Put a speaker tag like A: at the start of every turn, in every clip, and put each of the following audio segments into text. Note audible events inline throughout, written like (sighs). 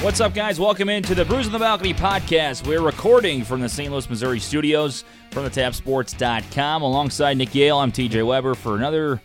A: What's up, guys? Welcome into the Bruise on the Balcony podcast. We're recording from the St. Louis, Missouri studios from the tapsports.com. Alongside Nick Yale, I'm TJ Weber for another,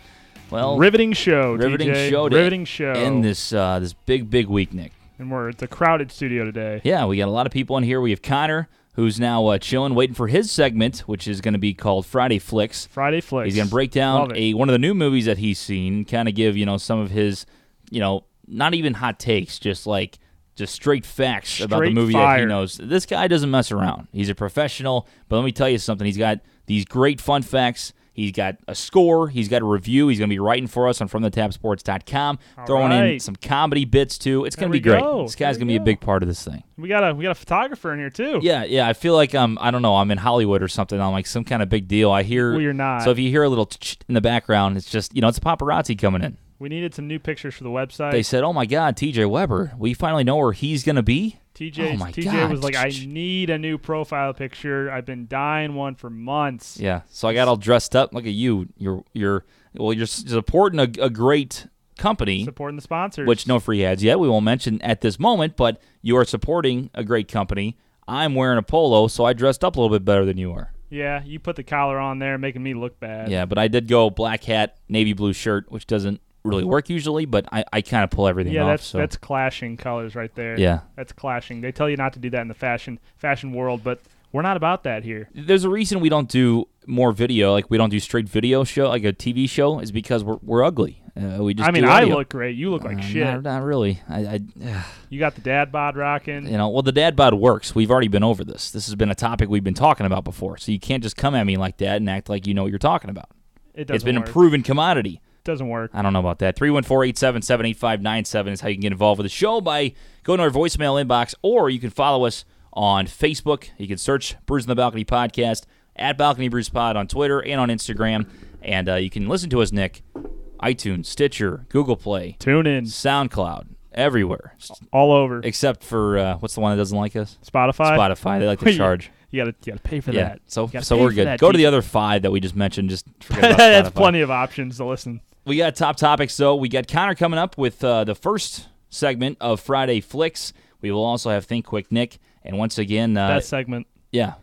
A: well,
B: riveting show.
A: Oh. riveting
B: TJ.
A: show. to
B: Riveting show.
A: End this, uh, this big, big week, Nick.
B: And we're at the crowded studio today.
A: Yeah, we got a lot of people in here. We have Connor, who's now uh, chilling, waiting for his segment, which is going to be called Friday Flicks.
B: Friday flicks.
A: He's going to break
B: Love
A: down
B: it.
A: a one of the new movies that he's seen, kind of give, you know, some of his, you know, not even hot takes, just like just straight facts about the
B: Straight
A: movie that he
B: fire.
A: knows. This guy doesn't mess around. He's a professional, but let me tell you something. He's got these great fun facts. He's got a score. He's got a review. He's going to be writing for us on FromTheTapSports.com, throwing in
B: right.
A: some comedy bits too. It's going to
B: There
A: be
B: we
A: great.
B: go.
A: This guy's
B: There
A: going to
B: we
A: be a
B: go.
A: big part of this thing.
B: we got a we got a photographer in here too.
A: Yeah, yeah. I feel like um, I don't know. I'm in Hollywood or something. I'm like some kind of big deal. I hear.
B: Well, you're not.
A: So if you hear a little ch in the background, it's just you know it's a paparazzi coming in.
B: We needed some new pictures for the website.
A: They said, "Oh my God, T.J. Weber. We finally know where he's gonna be."
B: TJ
A: Oh my
B: TJ
A: God.
B: was like, I need a new profile picture. I've been dying one for months.
A: Yeah. So I got all dressed up. Look at you. You're you're well. You're s- supporting a, a great company,
B: Supporting the sponsors.
A: which no free ads yet. We won't mention at this moment, but you are supporting a great company. I'm wearing a polo, so I dressed up a little bit better than you are.
B: yeah, you put the collar on there, making me look bad.
A: Yeah, but I did go black hat, navy blue shirt, which doesn't really work usually, but I, I kind of pull everything
B: Yeah,
A: off.
B: that's
A: so
B: that's clashing colors right there.
A: yeah,
B: That's clashing. They tell you not to do that in the fashion fashion world, but we're not about that here.
A: there's a reason we don't do more video. Like we don't do straight video show, like a TV show, is because we're we're ugly. Uh, we just
B: I mean,
A: do
B: I
A: audio.
B: look great. You look like
A: Uh,
B: shit.
A: Not, not really. I, (sighs) I
B: You got the dad bod rocking.
A: you know, well the dad bod works. We've already been over this. This has been a topic we've been talking about before. So you can't just come at me like that and act like you know what you're talking about.
B: It doesn't
A: It's been
B: work.
A: a proven commodity.
B: doesn't work.
A: I don't know about that. 314 877 8597 is how you can get involved with the show by going to our voicemail inbox, or you can follow us on Facebook. You can search Bruise on the Balcony Podcast at Balcony Bruise Pod on Twitter and on Instagram. And uh, you can listen to us, Nick, iTunes, Stitcher, Google Play,
B: Tune in
A: SoundCloud, everywhere, S-
B: all over
A: except for uh, what's the one that doesn't like us?
B: Spotify.
A: Spotify. They like to
B: Wait,
A: charge.
B: (laughs) You gotta, you gotta pay for
A: Yeah,
B: that.
A: so
B: You gotta
A: so
B: pay
A: we're
B: for
A: good.
B: that,
A: Go to
B: dude.
A: the other five that we just mentioned. Just
B: (laughs)
A: forget (laughs) about
B: That's
A: Spotify.
B: plenty of options to listen.
A: We got top topics, though. We got Connor coming up with uh, the first segment of Friday Flicks. We will also have Think Quick Nick. And once again, uh,
B: That segment.
A: yeah,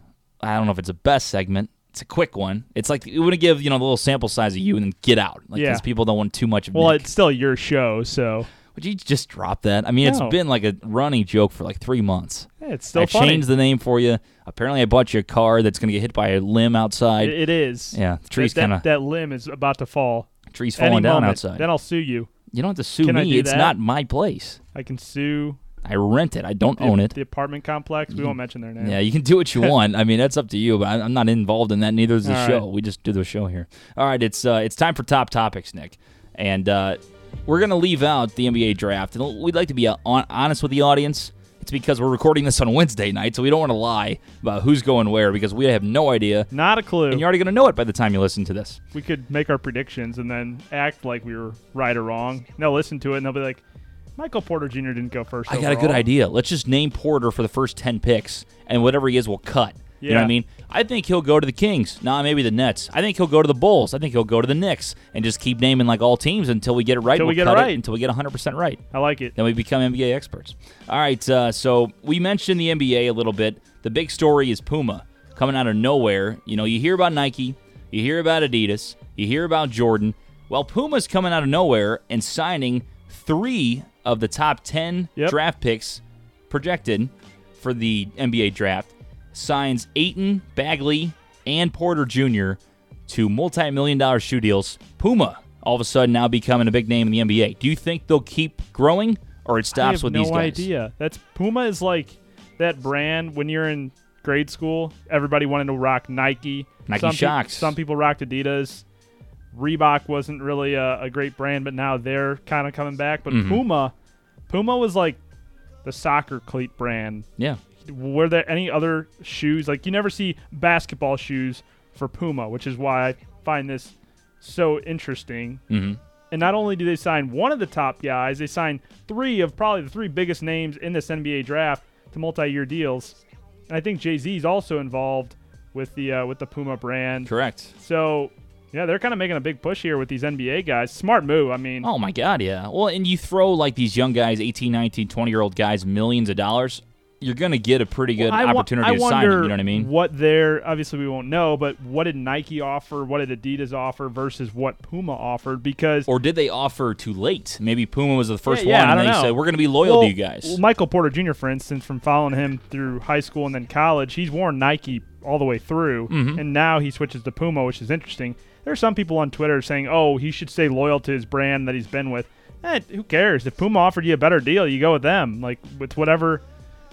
A: I don't know if it's a best segment. It's a quick one. It's like we want to give you know the little sample size of you and then get out. Like
B: Yeah.
A: these people don't want too much of
B: Well,
A: Nick.
B: it's still your show, so
A: Would you just drop that? I mean,
B: No.
A: it's been like a running joke for like three months.
B: yeah, it's still
A: I
B: funny.
A: changed the name for you. Apparently, I bought you a car that's going to get hit by a limb outside.
B: It- it is.
A: yeah, the tree's
B: that,
A: kind
B: that-
A: of
B: that limb is about to fall.
A: trees
B: Any
A: falling down
B: moment.
A: outside.
B: Then I'll sue you.
A: you don't have to sue
B: Can I
A: me.
B: do
A: It's
B: that?
A: not my place.
B: I can sue.
A: I rent it. I don't
B: The,
A: own it. Mm-hmm.
B: The apartment complex. We won't mention their name.
A: Yeah, you can do
B: (laughs)
A: what you want. I mean, that's up to you, but I- I'm not involved in that. Neither is the
B: All
A: show.
B: right.
A: We just do the show here. All right, it's uh, it's time for top topics, Nick, and uh, we're gonna leave out the NBA draft. And we'd like to be uh, hon- honest with the audience. It's because we're recording this on Wednesday night, so we don't want to lie about who's going where because we have no idea,
B: Not a clue.
A: and you're already gonna know it by the time you listen to this.
B: we could make our predictions and then act like we were right or wrong. And they'll listen to it and they'll be like, Michael Porter Jr. didn't go first.
A: I got a good
B: overall."
A: idea. Let's just name Porter for the first 10 picks, and whatever he is, we'll cut. You know what I
B: Yeah.
A: mean? I think he'll go to the Kings. Nah, maybe the Nets. I think he'll go to the Bulls. I think he'll go to the Knicks and just keep naming like all teams until we get it right.
B: Till we
A: We'll
B: get it
A: cut
B: right.
A: until we get 100% right.
B: I like it.
A: Then we become NBA experts. All right, uh, so we mentioned the NBA a little bit. The big story is Puma coming out of nowhere. You know, you hear about Nike, you hear about Adidas, you hear about Jordan. Well, Puma's coming out of nowhere and signing three of the top 10
B: Yep.
A: draft picks projected for the NBA draft. Signs Ayton, Bagley, and Porter Jr. to multi million dollar shoe deals. Puma all of a sudden now becoming a big name in the NBA. Do you think they'll keep growing or it stops
B: I have
A: with
B: no
A: these guys?
B: idea. That's Puma is like that brand when you're in grade school. Everybody wanted to rock Nike.
A: Nike
B: some peop-
A: shocks.
B: some people rocked Adidas. Reebok wasn't really a, a great brand, but now they're kind of coming back.
A: Mm-hmm.
B: But Puma, Puma was like the soccer cleat brand.
A: Yeah.
B: Were there any other shoes? Like you never see basketball shoes for Puma, which is why I find this so interesting
A: hmm
B: and not only do they sign one of the top guys, they sign three of probably the three biggest names in this NBA draft to multi-year deals. And I think Jay Z is also involved with the uh, with the Puma brand.
A: Correct.
B: So Yeah, they're kind of making a big push here with these NBA guys. Smart move. I mean,
A: Oh my God, yeah. Well, and you throw like these young guys, 18, 19, 20 year old guys, millions of dollars, you're going to get a pretty good
B: I wa-
A: opportunity
B: I
A: to sign them.
B: wonder
A: You know what I mean?
B: What their obviously we won't know, but what did Nike offer? What did Adidas offer versus what Puma offered? Because
A: or did they offer too late? Maybe Puma was the first
B: Yeah, yeah,
A: one,
B: I
A: and
B: don't
A: they
B: know.
A: said we're going to be loyal to you guys.
B: well, Michael Porter Jr., for instance, from following him through high school and then college, he's worn Nike all the way through,
A: Mm-hmm.
B: and now he switches to Puma, which is interesting. There are some people on Twitter saying, "Oh, he should stay loyal to his brand that he's been with." Eh, who cares? If Puma offered you a better deal, you go with them. Like it's whatever,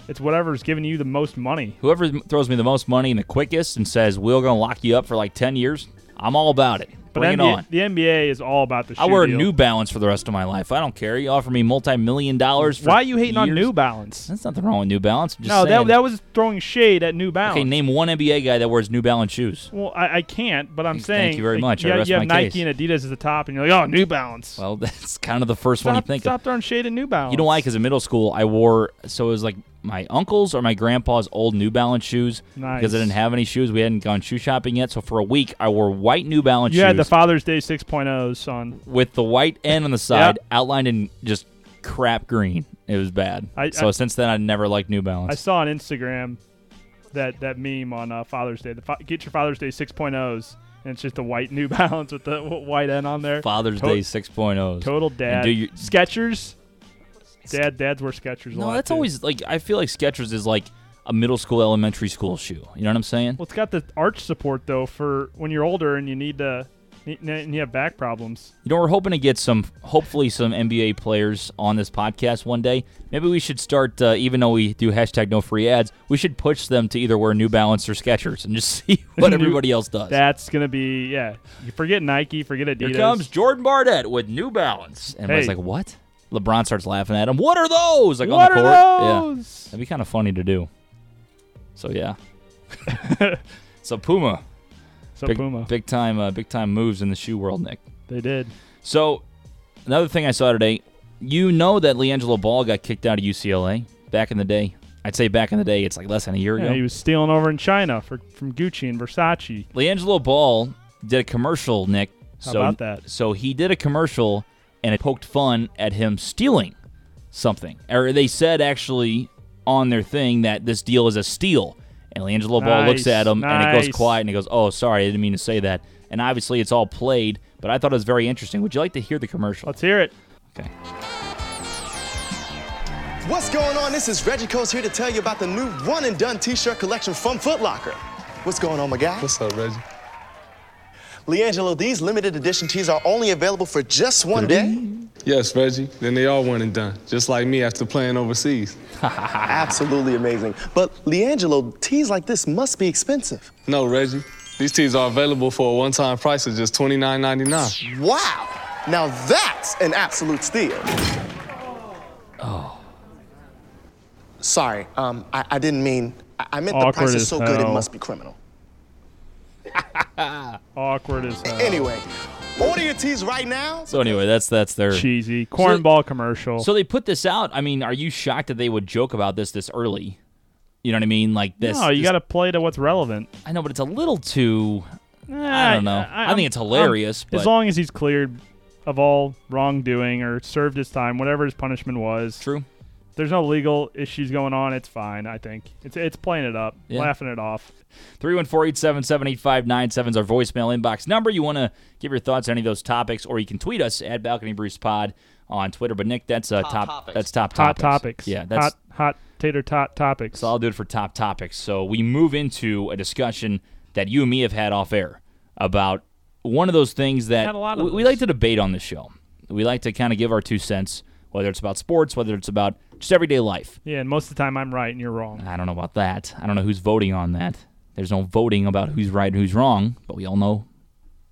B: it's whatever's giving you the most money.
A: Whoever m- throws me the most money and the quickest and says we're going to lock you up for like ten years, I'm all about it.
B: But
A: Bring it
B: NBA
A: on.
B: the NBA is all about the.
A: I
B: shoe
A: wear
B: deal.
A: New Balance for the rest of my life. I don't care. You offer me multi-million dollars. For
B: Why are you hating on
A: years.
B: New Balance?
A: That's nothing wrong with New Balance. I'm just
B: No, that,
A: saying.
B: that was throwing shade at New Balance.
A: okay. Name one NBA guy that wears New Balance shoes.
B: well, I, I can't, but I'm
A: Thank
B: saying
A: you very
B: like,
A: much. I
B: You, have-
A: rest
B: you have
A: my
B: Nike
A: case.
B: and Adidas at the top, and you're like, oh, New Balance.
A: Well, (laughs) that's kind of the first one you
B: stop,
A: think of.
B: stop throwing shade at New Balance.
A: You know why? Because in middle school, I wore so it was like my uncle's or my grandpa's old New Balance shoes because I
B: Nice.
A: didn't have any shoes. We hadn't gone shoe shopping yet, so for a week I wore white New Balance
B: you
A: shoes
B: had the Father's Day 6.0s on.
A: with the white end on the side outlined in just crap green. It was bad.
B: I-
A: so
B: I-
A: since then, I never liked New
B: I
A: Balance.
B: saw on Instagram that that meme on uh, Father's Day. The fa- get your Father's Day 6.0s, and it's just a white New (laughs) Balance with the w- white N on there.
A: Father's
B: To-
A: Day 6.0s.
B: Total dad.
A: do your-
B: Skechers. Dad, dads wear Skechers a lot.
A: no, that's
B: too.
A: always like I feel like Skechers is like a middle school, elementary school shoe. You know what I'm saying?
B: Well, it's got the arch support though for when you're older and you need to and you have back problems.
A: You know, we're hoping to get some, hopefully, some NBA players on this podcast one day. Maybe we should start, uh, even though we do hashtag no free ads, we should push them to either wear New Balance or Skechers and just (laughs) see what
B: New-
A: everybody else does.
B: That's gonna be yeah. You forget Nike, forget Adidas.
A: Here comes Jordan Barnett with New Balance. And everybody's
B: Hey.
A: like, what? LeBron starts laughing at him. What are those? Like
B: what
A: on the court.
B: are
A: Yeah.
B: those?
A: That'd be kind of funny to do. So,
B: (laughs)
A: yeah. so, Puma.
B: So
A: big,
B: Puma,
A: Big time, uh, big time moves in the shoe world, Nick.
B: they did.
A: So, another thing I saw today, you know that LiAngelo Ball got kicked out of UCLA back in the day. I'd say back in the day, it's like less than a year
B: Yeah,
A: ago.
B: he was stealing over in China for from Gucci and Versace.
A: LiAngelo Ball did a commercial, Nick.
B: How
A: so,
B: about that?
A: So he did a commercial, and it poked fun at him stealing something. Or they said actually on their thing that this deal is a steal. And LiAngelo Ball looks
B: Nice,
A: at him, and it
B: nice.
A: goes quiet, and he goes, "Oh, sorry, I didn't mean to say that." And obviously, it's all played, but I thought it was very interesting. Would you like to hear the commercial?
B: Let's hear it.
A: Okay.
C: What's going on? This is Reggie Coles here to tell you about the new one and done t-shirt collection from Foot Locker. What's going on, my guy?
D: What's up, Reggie?
C: Leangelo, these limited edition tees are only available for just one day.
D: Yes, Reggie. Then they all went and done, just like me after playing overseas.
C: Absolutely amazing. But Leangelo, tees like this must be expensive.
D: No, Reggie. These tees are available for a one-time price of just $29.99.
C: Wow. Now that's an absolute steal. Oh.
B: Oh.
C: Sorry, um, I, I didn't mean. I, I meant the
B: Awkward
C: price
B: as
C: is so good it
B: hell.
C: must be criminal.
B: Awkward as uh, hell.
C: Anyway, order your tees right now.
A: So anyway, that's that's their
B: cheesy cornball commercial.
A: So they put this out. I mean, are you shocked that they would joke about this this early? You know what I mean? Like this.
B: no, Oh, you
A: this-
B: got to play to what's relevant. Ah,
A: I know, but it's a little too.
B: I
A: don't know. I think it's hilarious, but-
B: As long as he's cleared of all wrongdoing or served his time, whatever his punishment was,
A: True.
B: there's no legal issues going on. It's fine. I think it's it's playing it up,
A: Yeah.
B: laughing it off.
A: 314-877-8597 is our voicemail inbox number. You want to give your thoughts on any of those topics, or you can tweet us at Balcony Bruce Pod on Twitter. But Nick, that's uh, top. That's top
B: Hot
A: topics.
B: topics.
A: Yeah, that's
B: hot hot tater tot topics.
A: So I'll do it for top topics. So we move into a discussion that you and me have had off air about one of those things that
B: Had a lot of
A: we, we
B: those.
A: like to debate on this show. We like to kind of give our two cents, whether it's about sports, whether it's about just everyday life.
B: Yeah, and most of the time I'm right and
A: (laughs)
B: you're wrong.
A: I don't know about that. I don't know who's voting on that. There's no voting about who's right and who's wrong, but we all know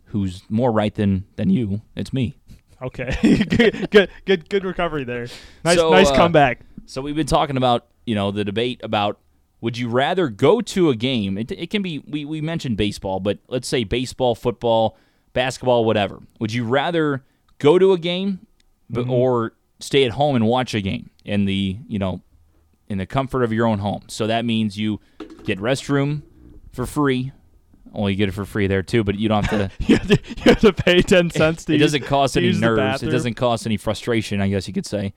A: who's more right than than you. It's me.
B: Okay, (laughs) good, good, good, good recovery there. Nice,
A: So,
B: nice
A: uh,
B: comeback. (laughs)
A: So we've been talking about, you know, the debate about would you rather go to a game? It, it can be, we, we mentioned baseball, but let's say baseball, football, basketball, whatever. Would you rather go to a game but, or stay at home and watch a game in the, you know, in the comfort of your own home? So that means you get restroom for free, Well, you get it for free there too, but you don't have to.
B: you, have to you have to pay
A: (laughs)
B: ten cents to.
A: it
B: use-
A: doesn't cause
B: to
A: any
B: use the
A: nerves. It
B: bathroom.
A: doesn't cause any frustration. I guess you could say.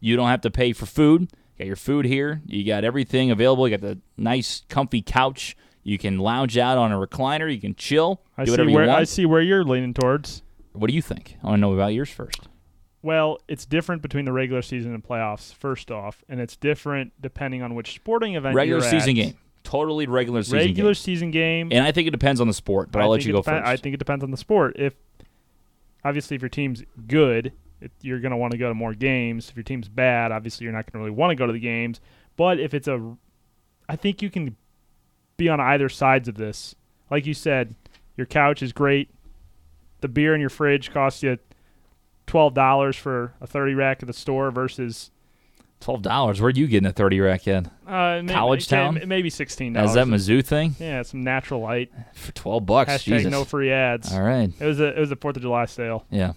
A: You don't have to pay for food. You got your food here. You got everything available. You got the nice, comfy couch. You can lounge out on a recliner. You can chill.
B: I
A: do
B: see
A: whatever
B: where
A: you want.
B: I see where you're leaning towards.
A: What do you think? I want to know about yours first.
B: Well, it's different between the regular season and playoffs. First off, and it's different depending on which sporting event.
A: Regular
B: you're
A: season
B: at.
A: game. Totally regular season
B: Regular
A: game.
B: season game.
A: And I think it depends on the sport, but
B: I
A: I'll let
B: think
A: you
B: it
A: go
B: depen-
A: first.
B: I think it depends on the sport. If obviously if your team's good, it, you're going to want to go to more games. If your team's bad, obviously you're not going to really want to go to the games. But if it's a, I think you can be on either sides of this. Like you said, your couch is great. The beer in your fridge costs you twelve dollars for a thirty rack at the store versus
A: Twelve dollars. Where'd you get in a thirty rack at?
B: uh, may-
A: College
B: it
A: Town?
B: can- maybe sixteen
A: Now, Is that
B: dollars.
A: Mizzou thing
B: Yeah, some natural light.
A: for twelve bucks?
B: Hashtag
A: Jesus.
B: no free ads.
A: All right.
B: It was a it was a Fourth of July sale.
A: Yeah.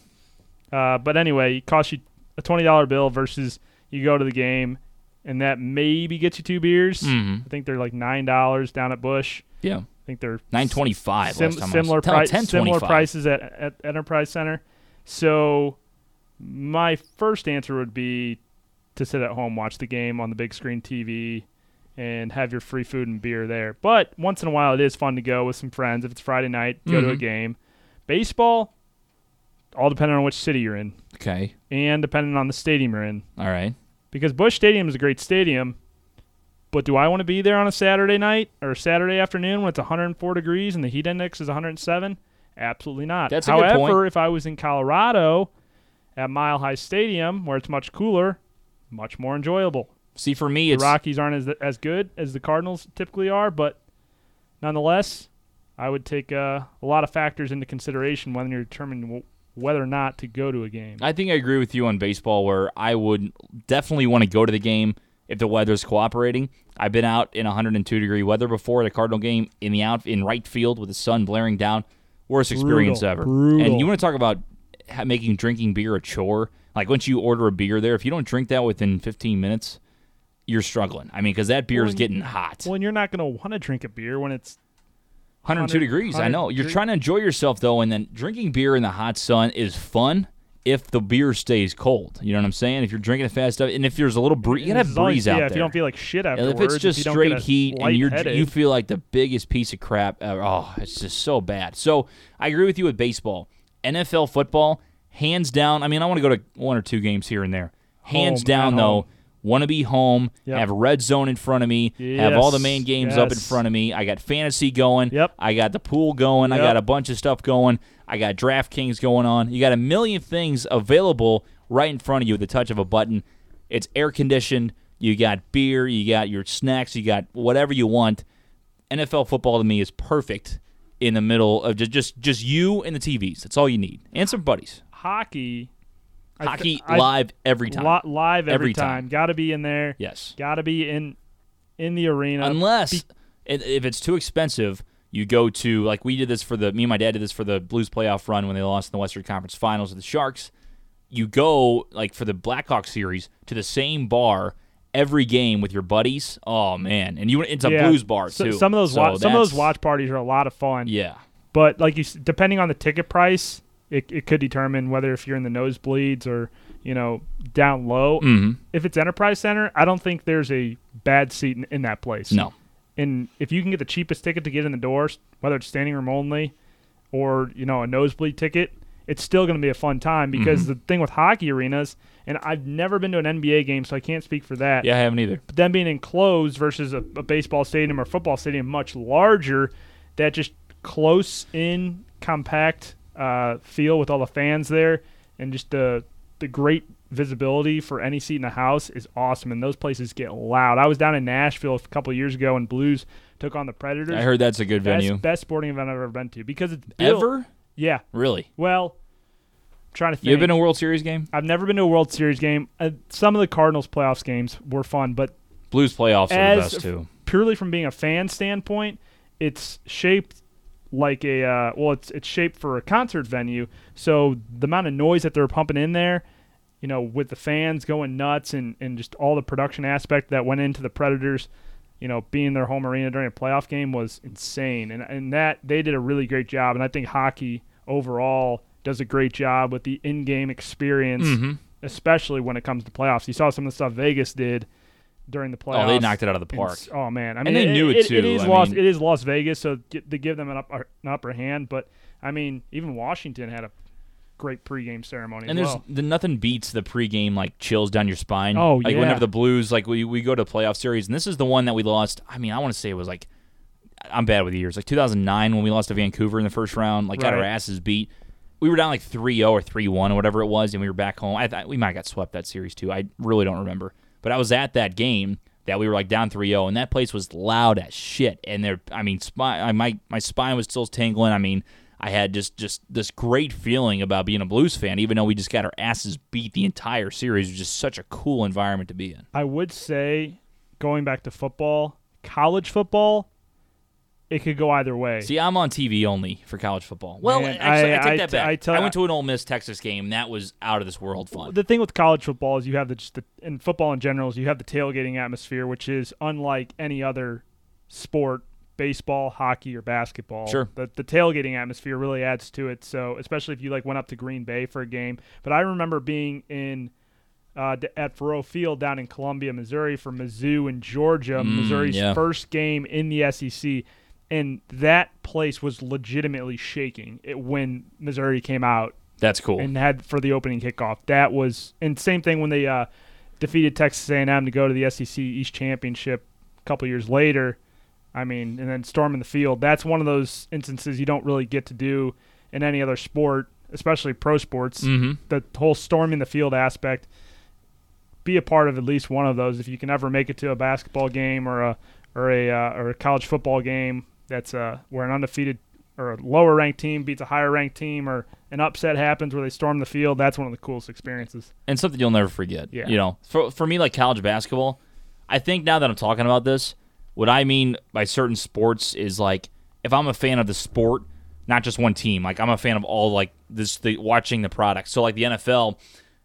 B: Uh, but anyway, it costs you a twenty dollar bill versus you go to the game, and that maybe gets you two beers.
A: Mhm.
B: I think they're like nine dollars down at Bush.
A: Yeah.
B: I think they're
A: Nine twenty five.
B: sim-
A: last time
B: similar
A: I was,
B: price, similar prices at, at Enterprise Center. So my first answer would be to sit at home, watch the game on the big screen TV, and have your free food and beer there. But once in a while, it is fun to go with some friends. If it's Friday night, go to a
A: Mhm.
B: game. Baseball, all depending on which city you're in
A: Okay.
B: and depending on the stadium you're in.
A: All right.
B: Because Bush Stadium is a great stadium, but do I want to be there on a Saturday night or a Saturday afternoon when it's 104 degrees and the heat index is 107? Absolutely not.
A: That's a good
B: However,
A: point.
B: if I was in Colorado at Mile High Stadium where it's much cooler, much more enjoyable.
A: See, for me,
B: The
A: it's
B: Rockies aren't as as good as the Cardinals typically are, but nonetheless, I would take uh, a lot of factors into consideration when you're determining w- whether or not to go to a game.
A: I think I agree with you on baseball, where I would definitely want to go to the game if the weather's cooperating. I've been out in 102 degree weather before at a Cardinal game in the out in right field with the sun blaring down. Worst experience
B: Brutal.
A: ever. And
B: Brutal.
A: you want to talk about ha- making drinking beer a chore? Like once you order a beer there, if you don't drink that within 15 minutes, you're struggling. I mean, because that beer is getting hot.
B: Well, and you're not going to want to drink a beer when it's
A: 102
B: 100
A: degrees. I know. You're
B: 103.
A: trying to enjoy yourself though, and then drinking beer in the hot sun is fun if the beer stays cold. You know what I'm saying? If you're drinking it fast stuff, and if there's a little breeze, you gotta
B: As
A: have
B: long as-
A: breeze
B: yeah,
A: out there.
B: If you don't feel like shit
A: And
B: afterwards,
A: if it's just
B: you don't get
A: straight
B: a
A: heat and you're
B: light
A: you
B: headache,
A: feel like the biggest piece of crap, ever, oh, it's just so bad. So I agree with you with baseball, NFL football, hands down. I mean, I want to go to one or two games here and there. Hands
B: Home,
A: down
B: at
A: though,
B: home.
A: want to be home,
B: Yep.
A: have red zone in front of me, have all the main
B: Yes,
A: games up in
B: yes.
A: front of me. I got fantasy going.
B: Yep.
A: I got the pool going. I
B: Yep.
A: got a bunch of stuff going. I got DraftKings going on. You got a million things available right in front of you with the touch of a button. It's air conditioned. You got beer. You got your snacks. You got whatever you want. NFL football to me is perfect in the middle of just just, just you and the TVs. That's all you need and some buddies.
B: hockey, I th-
A: Hockey
B: I-
A: live every time.
B: li- live every,
A: Every
B: time.
A: time.
B: Got to be in there.
A: Yes.
B: Got to be in in the arena.
A: unless and if it's too expensive you go to like we did this for the me and my dad did this for the blues playoff run when they lost in the western conference finals to the sharks you go like for the blackhawks series to the same bar every game with your buddies oh man and you it's a
B: Yeah.
A: blues bar
B: So-
A: too
B: Some of those
A: So
B: wa- some of those
A: that's-
B: watch parties are a lot of fun.
A: yeah
B: But like you, s- depending on the ticket price, it, it could determine whether if you're in the nosebleeds or you know down low.
A: Mm-hmm.
B: If it's Enterprise Center, I don't think there's a bad seat in, in that place.
A: no
B: and if you can get the cheapest ticket to get in the doors, whether it's standing room only or you know a nosebleed ticket, it's still going to be a fun time because the thing with hockey arenas, and I've never been to an NBA game, so I can't speak for that.
A: yeah i haven't either
B: But them being enclosed versus a, a baseball stadium or football stadium much larger, that just close in compact uh, feel with all the fans there, and just the the great visibility for any seat in the house is awesome. And those places get loud. I was down in Nashville a couple years ago, and Blues took on the Predators.
A: i heard that's a good
B: best,
A: venue
B: best sporting event I've ever been to because it's built-
A: ever
B: Yeah.
A: really
B: Well, trying to think.
A: you've been to a world series game
B: I've never been to a World Series game. Uh, some of the Cardinals playoffs games were fun, but
A: blues playoffs are the
B: as
A: best too
B: purely from being a fan standpoint, it's shaped like a uh, well, it's it's shaped for a concert venue. So the amount of noise that they're pumping in there, you know, with the fans going nuts and and just all the production aspect that went into the Predators, you know, being their home arena during a playoff game was insane. And and that they did a really great job. And I think hockey overall does a great job with the in-game experience,
A: Mm-hmm.
B: especially when it comes to playoffs. You saw some of the stuff Vegas did during the playoffs.
A: Oh, they knocked it out of the park.
B: It's- oh man, I mean,
A: they
B: it-
A: knew it,
B: It
A: too.
B: is
A: I
B: Las,
A: mean-
B: it is Las Vegas, so get, they give them an upper, an upper hand. But I mean, even Washington had a great pregame ceremony.
A: And
B: as
A: there's
B: well.
A: the, nothing beats the pregame like chills down your spine.
B: Oh,
A: like
B: yeah.
A: whenever the Blues like we, we go to playoff series and this is the one that we lost. I mean, I want to say it was like I'm bad with the years. Like 2009 when we lost to Vancouver in the first round, like got our
B: Right.
A: asses beat. We were down like 3-0 or 3-1 or whatever it was and we were back home. I thought we might have got swept that series too. I really don't remember. But I was at that game that we were like down 3-0 and that place was loud as shit and there I mean spine I, my my spine was still tingling. I mean, I had just just this great feeling about being a Blues fan even though we just got our asses beat the entire series. It was just such a cool environment to be in.
B: I would say, going back to football, college football, it could go either way.
A: See, I'm on TV only for college football. Well,
B: Man,
A: actually, I,
B: I-
A: take
B: I
A: that
B: t-
A: back. I
B: I tell-
A: went to an Ole Miss Texas game. That was out of this world fun.
B: the thing with college football is you have the just the in football in general is you have the tailgating atmosphere, which is unlike any other sport, baseball, hockey, or basketball.
A: Sure.
B: The the tailgating atmosphere really adds to it. So especially if you like went up to Green Bay for a game. But I remember being in uh, d- at Faroe Field down in Columbia, Missouri, for Mizzou and Georgia, Missouri's
A: Mm, yeah.
B: first game in the SEC, and that place was legitimately shaking it, when Missouri came out
A: That's cool.
B: and had for the opening kickoff. That was and same thing when they uh, defeated Texas A&M to go to the SEC East Championship a couple years later. I mean, and then storming the field. That's one of those instances you don't really get to do in any other sport, especially pro sports. The whole storming the field aspect. Be a part of at least one of those if you can ever make it to a basketball game or a or a uh, or a college football game. That's uh, where an undefeated or a lower ranked team beats a higher ranked team or an upset happens where they storm the field, that's one of the coolest experiences.
A: and something you'll never forget.
B: Yeah.
A: You know, for, for me, like college basketball, I think now that I'm talking about this, what I mean by certain sports is like if I'm a fan of the sport, not just one team. Like I'm a fan of all like this the watching the product. So like the NFL,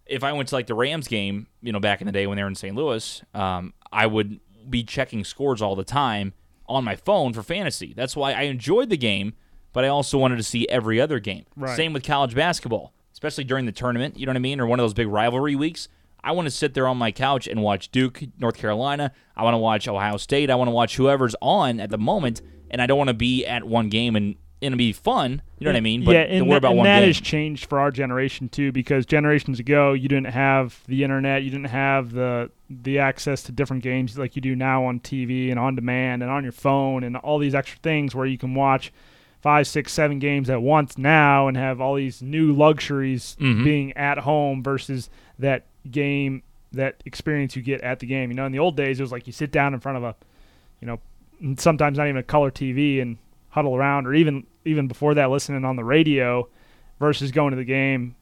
A: if I went to like the Rams game, you know, back in the day when they were in St. Louis, um, I would be checking scores all the time on my phone for fantasy. That's why I enjoyed the game, but I also wanted to see every other game.
B: Right.
A: Same with college basketball, especially during the tournament, you know what I mean, or one of those big rivalry weeks. I want to sit there on my couch and watch Duke, North Carolina. I want to watch Ohio State. I want to watch whoever's on at the moment, and I don't want to be at one game and it'll be fun. You know what I mean? But
B: yeah,
A: don't
B: and,
A: worry about
B: and
A: one
B: that
A: game.
B: has changed for our generation too, because generations ago you didn't have the internet, you didn't have the the access to different games like you do now on TV and on demand and on your phone and all these extra things where you can watch five, six, seven games at once now and have all these new luxuries
A: Mm-hmm.
B: being at home versus that game that experience you get at the game. You know, in the old days it was like you sit down in front of a you know, n- sometimes not even a color TV and huddle around, or even even before that, listening on the radio versus going to the game.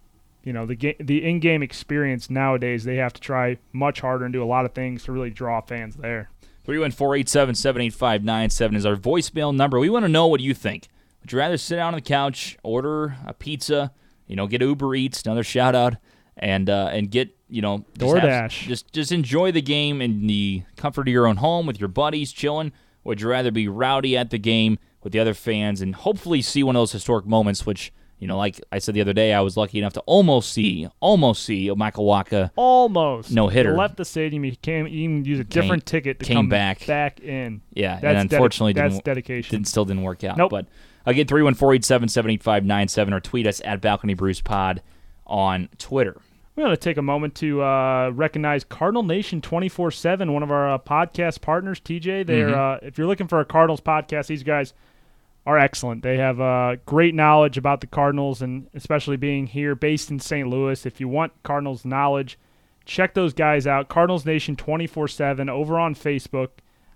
B: You know, the ga- the in-game experience nowadays they have to try much harder and do a lot of things to really draw fans there.
A: 314-877-8597 is our voicemail number. We want to know what you think. Would you rather sit down on the couch, order a pizza, you know, get Uber Eats, another shout out, and uh, and get you know just have-
B: DoorDash.
A: just just enjoy the game in the comfort of your own home with your buddies chilling. Would you rather be rowdy at the game with the other fans and hopefully see one of those historic moments? Which you know, like I said the other day, I was lucky enough to almost see, almost see Michael Waka.
B: Almost
A: No hitter.
B: Left the stadium. He came even use a different ticket to
A: came
B: come
A: back.
B: back in.
A: Yeah,
B: that's
A: and
B: dedi-
A: unfortunately
B: that's
A: didn't,
B: dedication.
A: Didn't, still didn't work out.
B: Nope.
A: But again, 314-877-8597 or tweet us at Balcony Bruce Pod on Twitter.
B: We want to take a moment to uh, recognize Cardinal Nation 24 7, one of our uh, podcast partners, TJ. They're,
A: Mm-hmm.
B: uh, if you're looking for a Cardinals podcast, these guys are excellent. They have uh, great knowledge about the Cardinals and especially being here based in St. Louis. If you want Cardinals knowledge, check those guys out. Cardinals Nation 24 7 over on Facebook.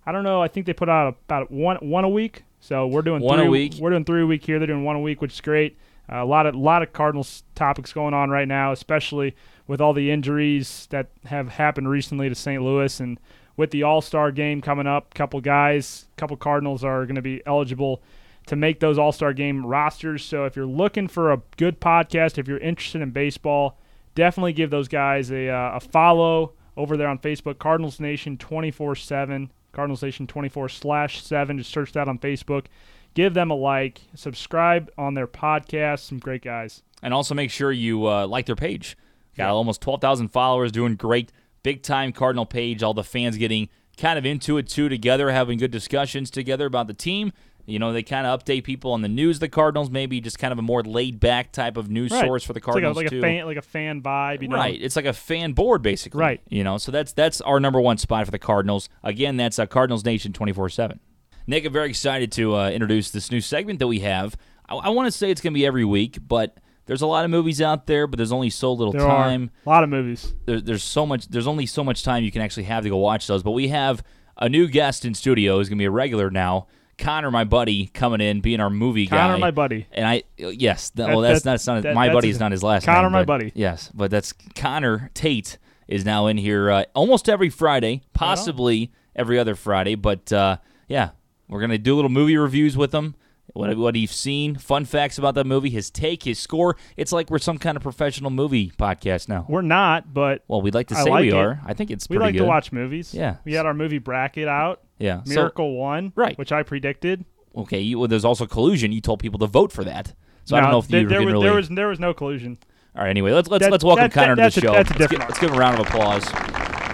B: I don't know. I think they put out about one one a week. So we're doing
A: One a
B: three,
A: week.
B: We're doing three a week here. They're doing one a week, which is great. Uh, a lot of lot of Cardinals topics going on right now, especially with all the injuries that have happened recently to St. Louis, and with the All Star game coming up, couple guys, couple Cardinals are going to be eligible to make those All Star game rosters. So if you're looking for a good podcast, if you're interested in baseball, definitely give those guys a, uh, a follow over there on Facebook, Cardinals Nation 24 7. Cardinal Station 24 slash 7. Just search that on Facebook. Give them a like. Subscribe on their podcast. Some great guys.
A: And also make sure you uh, like their page. Got almost 12,000 followers, doing great. Big time Cardinal page. All the fans getting kind of into it too together, having good discussions together about the team. You know, they kind of update people on the news, of the Cardinals, maybe just kind of a more laid back type of news
B: Right.
A: source for the
B: It's like a-
A: Cardinals
B: like a,
A: too.
B: fan, like a fan vibe. You know?
A: Right. It's like a fan board, basically.
B: Right.
A: You know, so that's that's our number one spot for the Cardinals. Again, that's uh, Cardinals Nation 24 7. Nick, I'm very excited to uh, introduce this new segment that we have. I, I want to say it's going to be every week, but there's a lot of movies out there, but there's only so little
B: There
A: time.
B: are a lot of movies.
A: There, there's so much. There's only so much time you can actually have to go watch those. But we have a new guest in studio. who's going to be a regular now. Connor, my buddy, coming in, being our movie guy.
B: Connor, my buddy.
A: And I, uh, yes, th-
B: That-
A: well, that's
B: that-
A: not, it's not
B: that-
A: my
B: that's
A: buddy
B: his-
A: is not his last
B: Connor,
A: name,
B: my
A: but-
B: buddy.
A: Yes, but that's Connor Tate is now in here uh, almost every Friday, possibly every other Friday. But uh, yeah, we're gonna do little movie reviews with him. What what he's seen, fun facts about that movie, his take, his score. It's like we're some kind of professional movie podcast now.
B: We're not, but
A: Well, we'd like to
B: I
A: say
B: like
A: we
B: it.
A: are. I think it's
B: we
A: pretty
B: like
A: good.
B: to watch movies.
A: Yeah.
B: We had our movie bracket out.
A: Yeah, so-
B: Miracle One.
A: Right.
B: Which I predicted.
A: Okay, you, well, there's also collusion. You told people to vote for that, so I don't
B: No,
A: know if
B: there,
A: you
B: there
A: can
B: was,
A: really.
B: there was there was no collusion.
A: All right. Anyway, let's let's
B: That-
A: let's welcome
B: that-
A: Connor
B: that-
A: to the show.
B: that's a- that's a
A: let's, give,
B: different
A: let's give him a round of applause.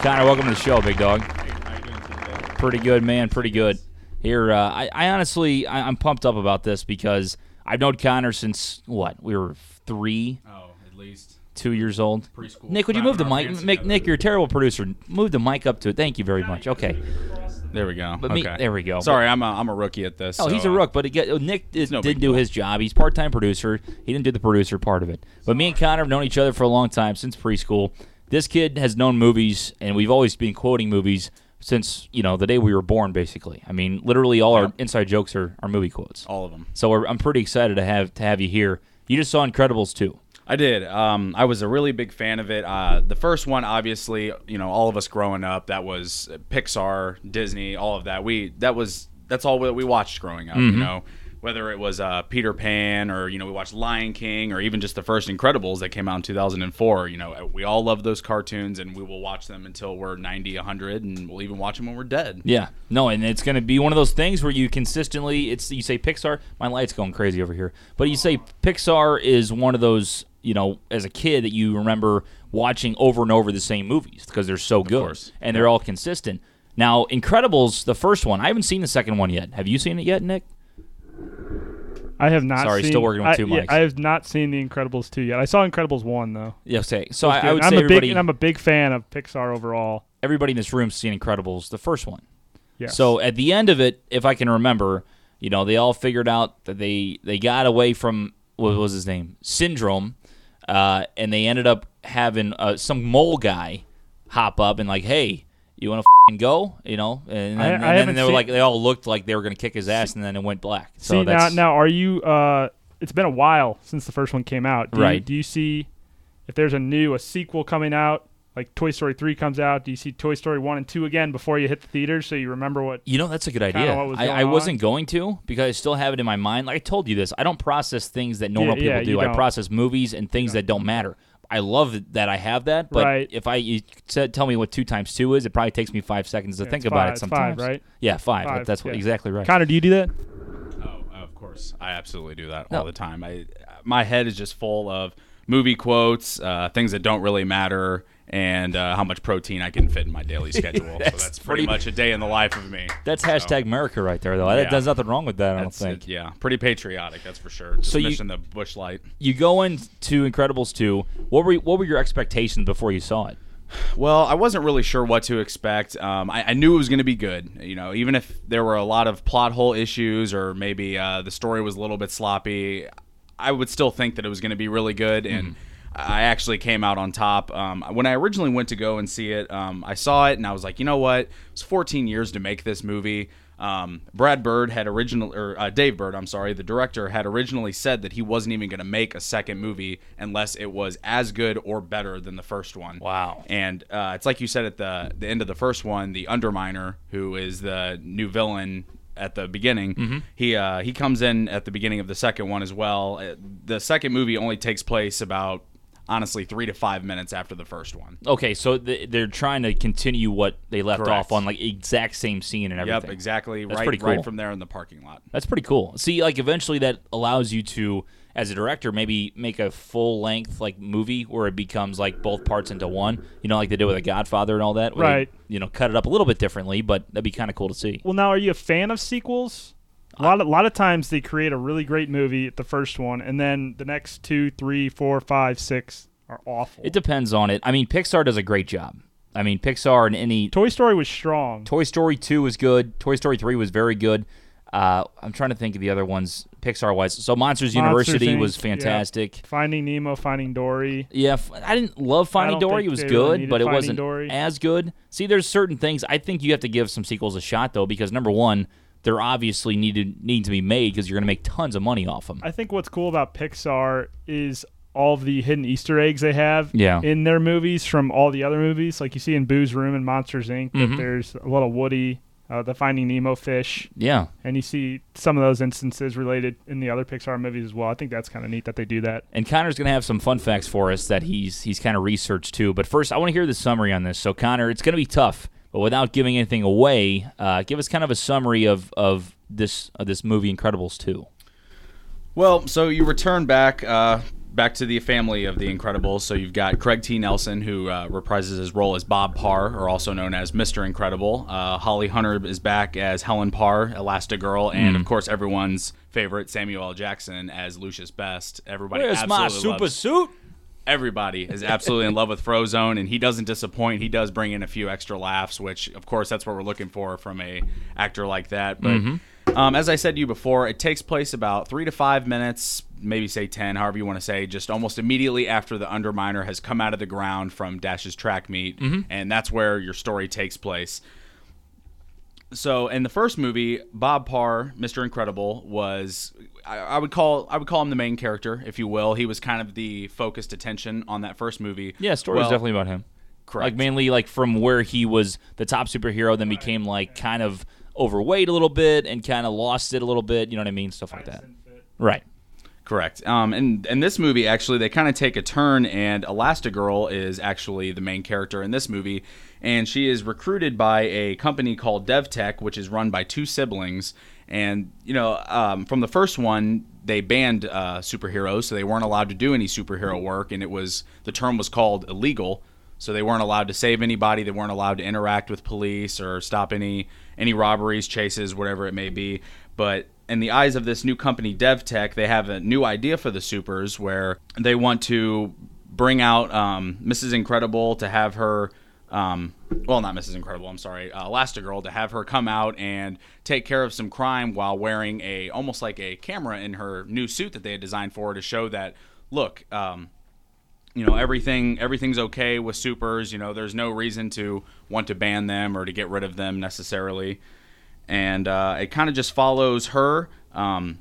A: Connor, welcome to the show, big dog. Pretty good, man. Pretty good. Here, uh, I, I honestly, I, I'm pumped up about this because I've known Connor since what we were three,
E: Oh, at least.
A: two years old.
E: Preschool.
A: Nick, would you move the
E: Clapping our
A: mic?
E: hands
A: Make,
E: together.
A: Nick, you're a terrible producer. Move the mic up to it. Thank you very much. Okay.
E: There we go.
A: But me-
E: okay.
A: there we go.
E: Sorry, I'm a, I'm a rookie at this.
A: Oh,
E: so,
A: he's a
E: uh,
A: rook, but he get, Nick did,
E: no
A: did
E: big
A: do his job. He's part time producer. He didn't do the producer part of it. But me and Connor have known each other for a long time since preschool. This kid has known movies, and we've always been quoting movies since you know the day we were born. Basically, I mean, literally all our inside jokes are, are movie quotes.
E: All of them.
A: So we're, I'm pretty excited to have to have you here. You just saw Incredibles too.
E: I did. Um, I was a really big fan of it. Uh, the first one, obviously, you know, all of us growing up, that was Pixar, Disney, all of that. We that was that's all that we watched growing up.
A: Mm-hmm.
E: You know, whether it was uh, Peter Pan or you know we watched Lion King or even just the first Incredibles that came out in 2004. You know, we all love those cartoons and we will watch them until we're 90, 100, and we'll even watch them when we're dead.
A: Yeah, no, and it's going to be one of those things where you consistently it's you say Pixar. My light's going crazy over here, but you say Pixar is one of those you know as a kid that you remember watching over and over the same movies because they're so good
E: course.
A: and they're all consistent. Now, Incredibles, the first one, I haven't seen the second one yet. Have you seen it yet, Nick?
B: I have not.
A: Sorry,
B: seen,
A: still working with
B: I-
A: two
B: yeah,
A: mics.
B: I have not seen The Incredibles two yet. I saw Incredibles one though.
A: Yes. Okay. So I, I would
B: I'm
A: say
B: a big
A: everybody,
B: and I'm a big fan of Pixar overall.
A: everybody in this room's seen Incredibles, the first one.
B: Yes.
A: So at the end of it, if I can remember, you know, they all figured out that they they got away from what was his name syndrome, uh, and they ended up having uh, some mole guy hop up and like, hey, you want to f go? You know, and then,
B: I- I
A: and then
B: haven't
A: they were
B: seen-
A: like, they all looked like they were gonna kick his ass, and then it went black. So
B: see now
A: that's
B: now are you? Uh, it's been a while since the first one came out. Do You,
A: Right.
B: do you see if there's a new a sequel coming out? Like Toy Story three comes out. Do you see Toy Story one and two again before you hit the theater so you remember what?
A: You know, that's a good
B: Kinda
A: idea.
B: what was
A: I,
B: going
A: I
B: on.
A: wasn't going to because I still have it in my mind. Like I told you this, I don't process things that normal
B: Yeah, yeah,
A: people do.
B: you
A: I
B: don't.
A: process movies and things that don't matter. I love that I have that, but
B: Right.
A: if I you said, tell me what two times two is, it probably takes me five seconds to think
B: it's
A: about
B: five-
A: it.
B: it's five,
A: Sometimes,
B: right?
A: Yeah, five.
B: Five,
A: that's what,
B: yeah.
A: exactly right.
B: Connor, do you do that?
E: Oh, of course. I absolutely do that
A: No.
E: all the time. I my head is just full of movie quotes, uh, things that don't really matter, and uh, how much protein I can fit in
A: (laughs)
E: my daily schedule. so
A: That's
E: that's
A: pretty-
E: pretty much a day in the life of me.
A: that's
E: So,
A: hashtag America right there, though.
E: Yeah.
A: That, there's nothing wrong with that. I don't
E: that's
A: think.
E: it. yeah, pretty patriotic. That's for sure. Just
A: So you-
E: missing the bush light.
A: You go into Incredibles two. What were what were your expectations before you saw it?
E: Well, I wasn't really sure what to expect. Um, I, I knew it was going to be good. You know, even if there were a lot of plot hole issues or maybe uh, the story was a little bit sloppy, I would still think that it was going to be really good. And I actually came out on top. Um, when I originally went to go and see it, um, I saw it and I was like, you know what? It's 14 years to make this movie. Um, Brad Bird had original, or uh, Dave Bird, I'm sorry, the director had originally said that he wasn't even going to make a second movie unless it was as good or better than the first one.
A: Wow.
E: And uh, it's like you said at the the end of the first one, the Underminer, who is the new villain at the beginning,
A: Mm-hmm.
E: he uh, he comes in at the beginning of the second one as well. Uh, The second movie only takes place about honestly three to five minutes after the first one.
A: Okay, so th- they're trying to continue what they left
E: Correct.
A: off on, like exact same scene and everything.
E: Yep, exactly.
A: That's
E: right,
A: pretty cool.
E: right from there in the parking lot.
A: That's pretty cool. See, like eventually that allows you to, as a director, maybe make a full length like movie where it becomes like both parts into one. You know, like they did with The Godfather and all that. where they,
B: Right.
A: you know, cut it up a little bit differently, but that'd be kind of cool to see.
B: Well, now are you a fan of sequels? A lot, of, lot of times they create a really great movie at the first one, and then the next two, three, four, five, six are awful.
A: It depends on it. I mean, Pixar does a great job. I mean, Pixar and any
B: Toy Story was strong.
A: Toy Story two was good. Toy Story three was very good. Uh, I'm trying to think of the other ones Pixar wise. So Monsters, University
B: Monsters,
A: was
B: Inc.
A: fantastic.
B: Yeah. Finding Nemo, Finding Dory.
A: Yeah, f- I didn't love Finding
B: don't
A: Dory.
B: think
A: It was
B: they really
A: good,
B: needed
A: but it
B: Finding
A: wasn't
B: Dory.
A: as good. See, there's certain things I think you have to give some sequels a shot though, because number one, they're obviously needed need to be made because you're going to make tons of money off them.
B: I think what's cool about Pixar is all of the hidden Easter eggs they have
A: Yeah.
B: in their movies from all the other movies. Like you see in Boo's Room and Monsters Inc.
A: Mm-hmm.
B: That there's a little Woody, uh, the Finding Nemo fish,
A: yeah,
B: and you see some of those instances related in the other Pixar movies as well. I think that's kind of neat that they do that.
A: and Connor's going to have some fun facts for us that he's he's kind of researched too. But first, I want to hear the summary on this. So Connor, it's going to be tough, but without giving anything away, uh, give us kind of a summary of of this of this movie, Incredibles two.
E: Well, so you return back uh, back to the family of the Incredibles. So you've got Craig T. Nelson, who uh, reprises his role as Bob Parr, or also known as Mr. Incredible. Uh, Holly Hunter is back as Helen Parr, Elastigirl, and of course everyone's favorite Samuel L. Jackson as Lucius Best. Everybody absolutely loves-
A: suit?
E: everybody is absolutely in love with Frozone, and he doesn't disappoint. He does bring in a few extra laughs, which, of course, that's what we're looking for from a actor like that. But um, as I said to you before, it takes place about three to five minutes, maybe say ten, however you want to say, just almost immediately after the Underminer has come out of the ground from Dash's track meet, and that's where your story takes place. So in the first movie, Bob Parr, Mr. Incredible, was I, I would call I would call him the main character, if you will. He was kind of the focused attention on that first movie.
A: Yeah, story was
E: Well,
A: definitely about him.
E: correct.
A: Like mainly like from where he was the top superhero, then became like kind of overweight a little bit and kind of lost it a little bit. You know what I mean? Stuff like that. Right.
E: Correct. Um, and in this movie, actually, they kind of take a turn, and Elastigirl is actually the main character in this movie, and she is recruited by a company called DevTech, which is run by two siblings. And you know, um, from the first one, they banned uh, superheroes, so they weren't allowed to do any superhero work, and it was the term was called illegal. So they weren't allowed to save anybody. They weren't allowed to interact with police or stop any any robberies, chases, whatever it may be. But in the eyes of this new company, DevTech, they have a new idea for the supers where they want to bring out um, Mrs. Incredible to have her. Um, well, not Mrs. Incredible. I'm sorry, uh, Elastigirl to have her come out and take care of some crime while wearing a almost like a camera in her new suit that they had designed for her to show that look, um, you know everything everything's okay with supers you know there's no reason to want to ban them or to get rid of them necessarily and uh, it kind of just follows her um,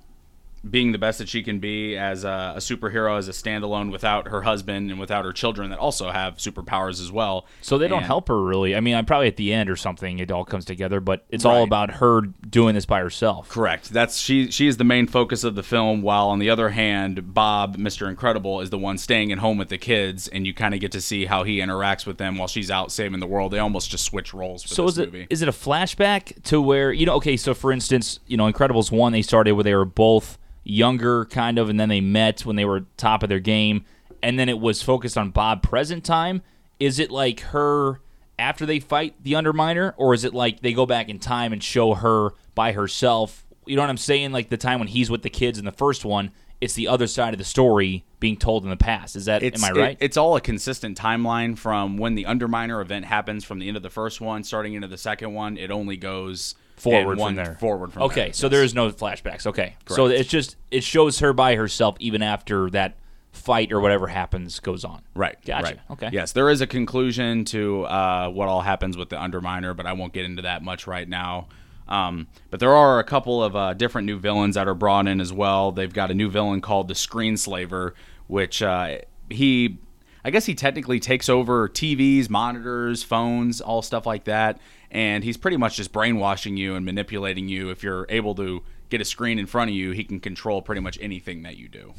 E: being the best that she can be as a, a superhero as a standalone without her husband and without her children that also have superpowers as well
A: So they don't
E: And-
A: help her really. I mean, I'm probably at the end or something. It all comes together, but it's all
E: Right.
A: about her doing this by herself.
E: Correct. That's she. She is the main focus of the film. While on the other hand, Bob, Mr. Incredible, is the one staying at home with the kids, and you kind of get to see how he interacts with them while she's out saving the world. They almost just switch roles for
A: So
E: this
A: is it
E: movie.
A: is it a flashback to where you know? Okay, so for instance, you know, Incredibles one, they started where they were both younger, kind of, and then they met when they were top of their game, and then it was focused on Bob present time. Is it like her after they fight the Underminer, or is it like they go back in time and show her by herself? You know what I'm saying? Like the time when he's with the kids in the first one, it's the other side of the story being told in the past. Is that
E: It's,
A: am I
E: it-
A: right?
E: it's all a consistent timeline from when the Underminer event happens, from the end of the first one, starting into the second one. It only goes
A: forward
E: in
A: from
E: one,
A: there.
E: Forward from
A: okay,
E: there.
A: so
E: Yes.
A: there is no flashbacks. Okay, so
E: Correct.
A: it's just it shows her by herself even after that fight or whatever happens goes on.
E: Right.
A: Gotcha.
E: right.
A: Okay.
E: Yes, there is a conclusion to uh, what all happens with the Underminer, but I won't get into that much right now. Um, but there are a couple of uh, different new villains that are brought in as well. They've got a new villain called the Screenslaver, which uh, he, I guess he technically takes over TVs, monitors, phones, all stuff like that. And he's pretty much just brainwashing you and manipulating you. If you're able to get a screen in front of you, he can control pretty much anything that you do.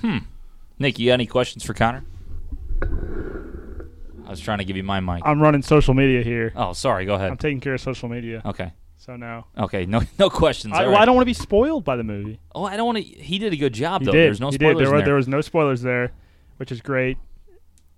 A: Nick, you got any questions for Connor? I was trying to give you my mic.
B: I'm running social media here.
A: Oh, sorry. Go
B: I'm
A: ahead.
B: taking care of social media.
A: Okay.
B: So no.
A: Okay. No, (laughs) no questions. All
B: I, well, I
A: Oh. right.
B: don't want to be spoiled by the movie.
A: Oh, I don't want to. He did a good job
B: He
A: though.
B: did.
A: There's no
B: he
A: spoilers
B: did. There,
A: in
B: were-
A: there.
B: there was no spoilers there, which is great.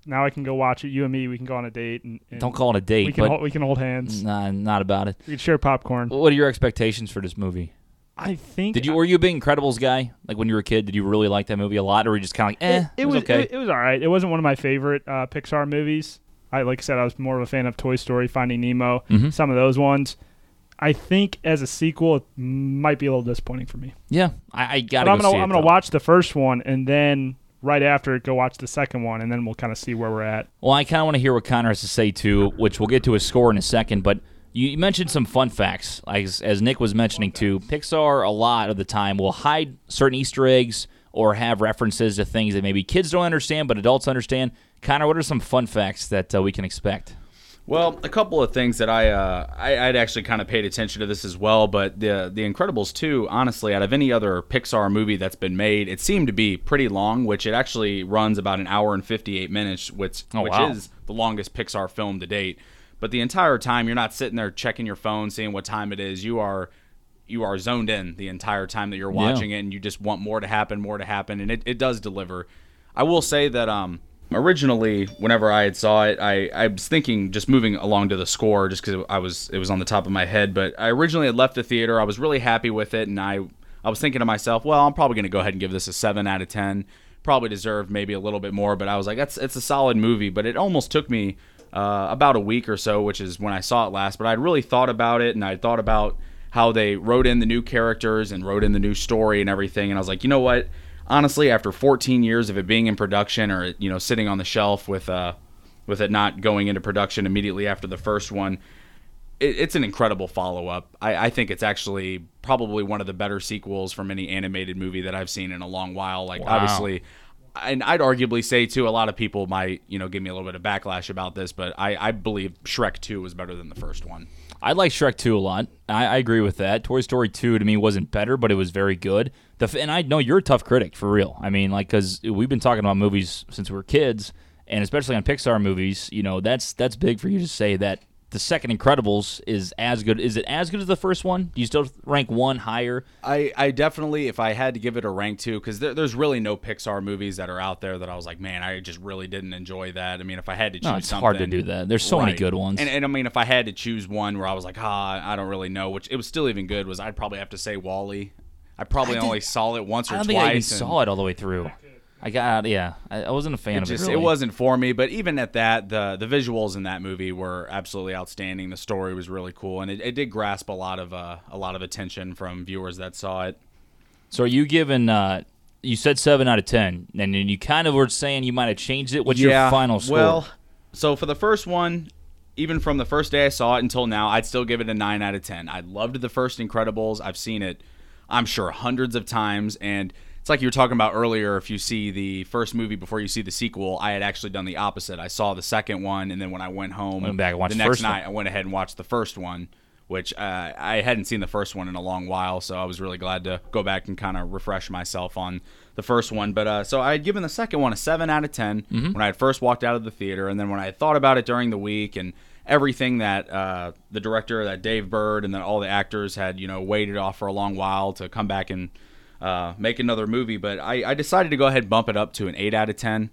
B: Now I can go watch it. You and me, we can go on a date. And, and
A: don't call it a date,
B: We can
A: but Mm.
B: hold, we can hold hands.
A: nah, not about it.
B: We can share popcorn.
A: What are your expectations for this movie?
B: I think.
A: Did you were you a big Incredibles guy? Like when you were a kid, did you really like that movie a lot, or were you just kind of like, eh,
B: it, it was
A: okay?
B: It, it was all right. It wasn't one of my favorite uh, Pixar movies. I like I said, I was more of a fan of Toy Story, Finding Nemo,
A: Mm-hmm.
B: some of those ones. I think as a sequel, it might be a little disappointing for me.
A: yeah, I, I
B: But
A: gotta
B: I'm
A: go
B: gonna
A: see it,
B: I'm gonna
A: though.
B: watch the first one and then right after go watch the second one and then we'll kind of see where we're at.
A: Well, I kind of want to hear what Connor has to say too, which we'll get to his score in a second. But you you mentioned some fun facts, as, as Nick was mentioning too. Pixar a lot of the time will hide certain Easter eggs or have references to things that maybe kids don't understand but adults understand. Connor, what are some fun facts that uh, we can expect?
E: Well, a couple of things that I, uh, I I'd actually kind of paid attention to this as well, but the the Incredibles two, honestly, out of any other Pixar movie that's been made, it seemed to be pretty long, which it actually runs about an hour and fifty eight minutes, which
A: Oh,
E: which
A: wow.
E: is the longest Pixar film to date. But the entire time, you're not sitting there checking your phone, seeing what time it is. You are you are zoned in the entire time that you're watching it, and you just want more to happen, more to happen, and it, it does deliver. I will say that um, originally, whenever I had saw it, I, I was thinking just moving along to the score, just because I was it was on the top of my head. But I originally had left the theater. I was really happy with it, and I I was thinking to myself, well, I'm probably going to go ahead and give this a seven out of ten. Probably deserved maybe a little bit more, but I was like, that's it's a solid movie. But it almost took me uh, about a week or so, which is when I saw it last. But I'd really thought about it, and I thought about how they wrote in the new characters and wrote in the new story and everything. And I was like, you know what? Honestly, after 14 years of it being in production or you know sitting on the shelf with uh with it not going into production immediately after the first one, it, it's an incredible follow up. I, I think it's actually probably one of the better sequels from any animated movie that I've seen in a long while. Like obviously, and I'd arguably say too, a lot of people might you know give me a little bit of backlash about this, but I, I believe Shrek Two was better than the first one.
A: I like Shrek 2 a lot. I, I agree with that. Toy Story 2 to me wasn't better, but it was very good. The f- and I know you're a tough critic for real. I mean, like because we've been talking about movies since we were kids, and especially on Pixar movies. You know, that's that's big for you to say that the second Incredibles is as good. Is it as good as the first one? Do you still rank one higher?
E: I, I definitely, if I had to give it a rank two, because there, there's really no Pixar movies that are out there that I was like, man, I just really didn't enjoy that. I mean, if I had to choose
A: No, it's
E: Oh, something,
A: hard to do that. There's so many
E: Right.
A: good ones.
E: And, and I mean, if I had to choose one where I was like, ah, I don't really know, which it was still even good, was I'd probably have to say Wally. I probably only saw it once or
A: I don't
E: twice.
A: think I even
E: and
A: saw it all the way through. I got yeah. I, I wasn't a fan
E: It
A: of
E: just
A: it.
E: it
A: Really.
E: wasn't for me. But even at that, the the visuals in that movie were absolutely outstanding. The story was really cool, and it, it did grasp a lot of uh, a lot of attention from viewers that saw it.
A: So are you giving? Uh, you said seven out of ten, and then you kind of were saying you might have changed it. What's your final score?
E: Well, so for the first one, even from the first day I saw it until now, I'd still give it a 9 out of 10. I loved the first Incredibles. I've seen it, I'm sure, hundreds of times. And it's like you were talking about earlier if you see the first movie before you see the sequel, I had actually done the opposite. I saw the second one, and then when I went home
A: Went back and watched
E: the
A: the
E: next
A: first one.
E: night, I went ahead and watched the first one. Which uh, I hadn't seen the first one in a long while, so I was really glad to go back and kind of refresh myself on the first one. But uh, so I had given the second one a seven out of 10 when I had first walked out of the theater, and then when I had thought about it during the week and everything that uh, the director, that Dave Bird, and then all the actors had you know waited off for a long while to come back and uh, make another movie. But I, I decided to go ahead and bump it up to an eight out of ten.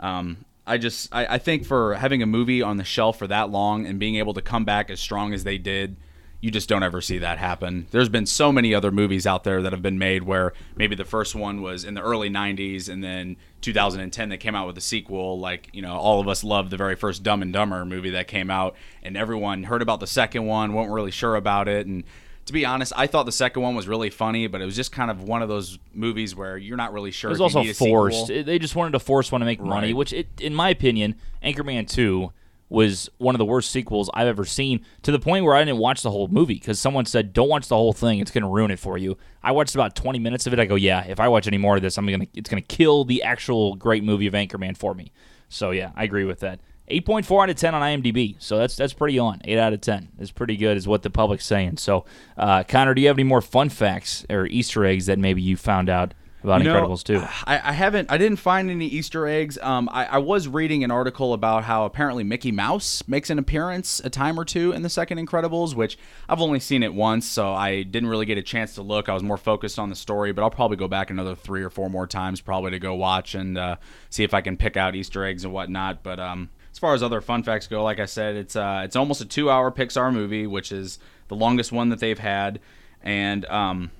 E: Um, I just I, I think for having a movie on the shelf for that long and being able to come back as strong as they did, you just don't ever see that happen. There's been so many other movies out there that have been made where maybe the first one was in the early 90s and then 2010 they came out with a sequel like, you know, all of us loved the very first Dumb and Dumber movie that came out and everyone heard about the second one, weren't really sure about it and to be honest, I thought the second one was really funny, but it was just kind of one of those movies where you're not really sure.
A: It was
E: if you
A: also
E: need a
A: forced.
E: sequel.
A: It- They just wanted to force one to make money,
E: Right.
A: which, it, in my opinion, Anchorman 2 was one of the worst sequels I've ever seen to the point where I didn't watch the whole movie because someone said, don't watch the whole thing. It's going to ruin it for you. I watched about 20 minutes of it. I go, yeah, if I watch any more of this, I'm going to, it's going to kill the actual great movie of Anchorman for me. So, yeah, I agree with that. 8.4 out of 10 on IMDb. So that's that's pretty on. 8 out of 10 is pretty good, is what the public's saying. So, uh, Connor, do you have any more fun facts or Easter eggs that maybe you found out about
E: You know,
A: Incredibles too.
E: (sighs) I, I haven't. I didn't find any Easter eggs. Um, I, I was reading an article about how apparently Mickey Mouse makes an appearance a time or two in the second Incredibles, which I've only seen it once, so I didn't really get a chance to look. I was more focused on the story, but I'll probably go back another three or four more times probably to go watch and uh, see if I can pick out Easter eggs and whatnot. But um, as far as other fun facts go, like I said, it's uh, it's almost a two-hour Pixar movie, which is the longest one that they've had, and um.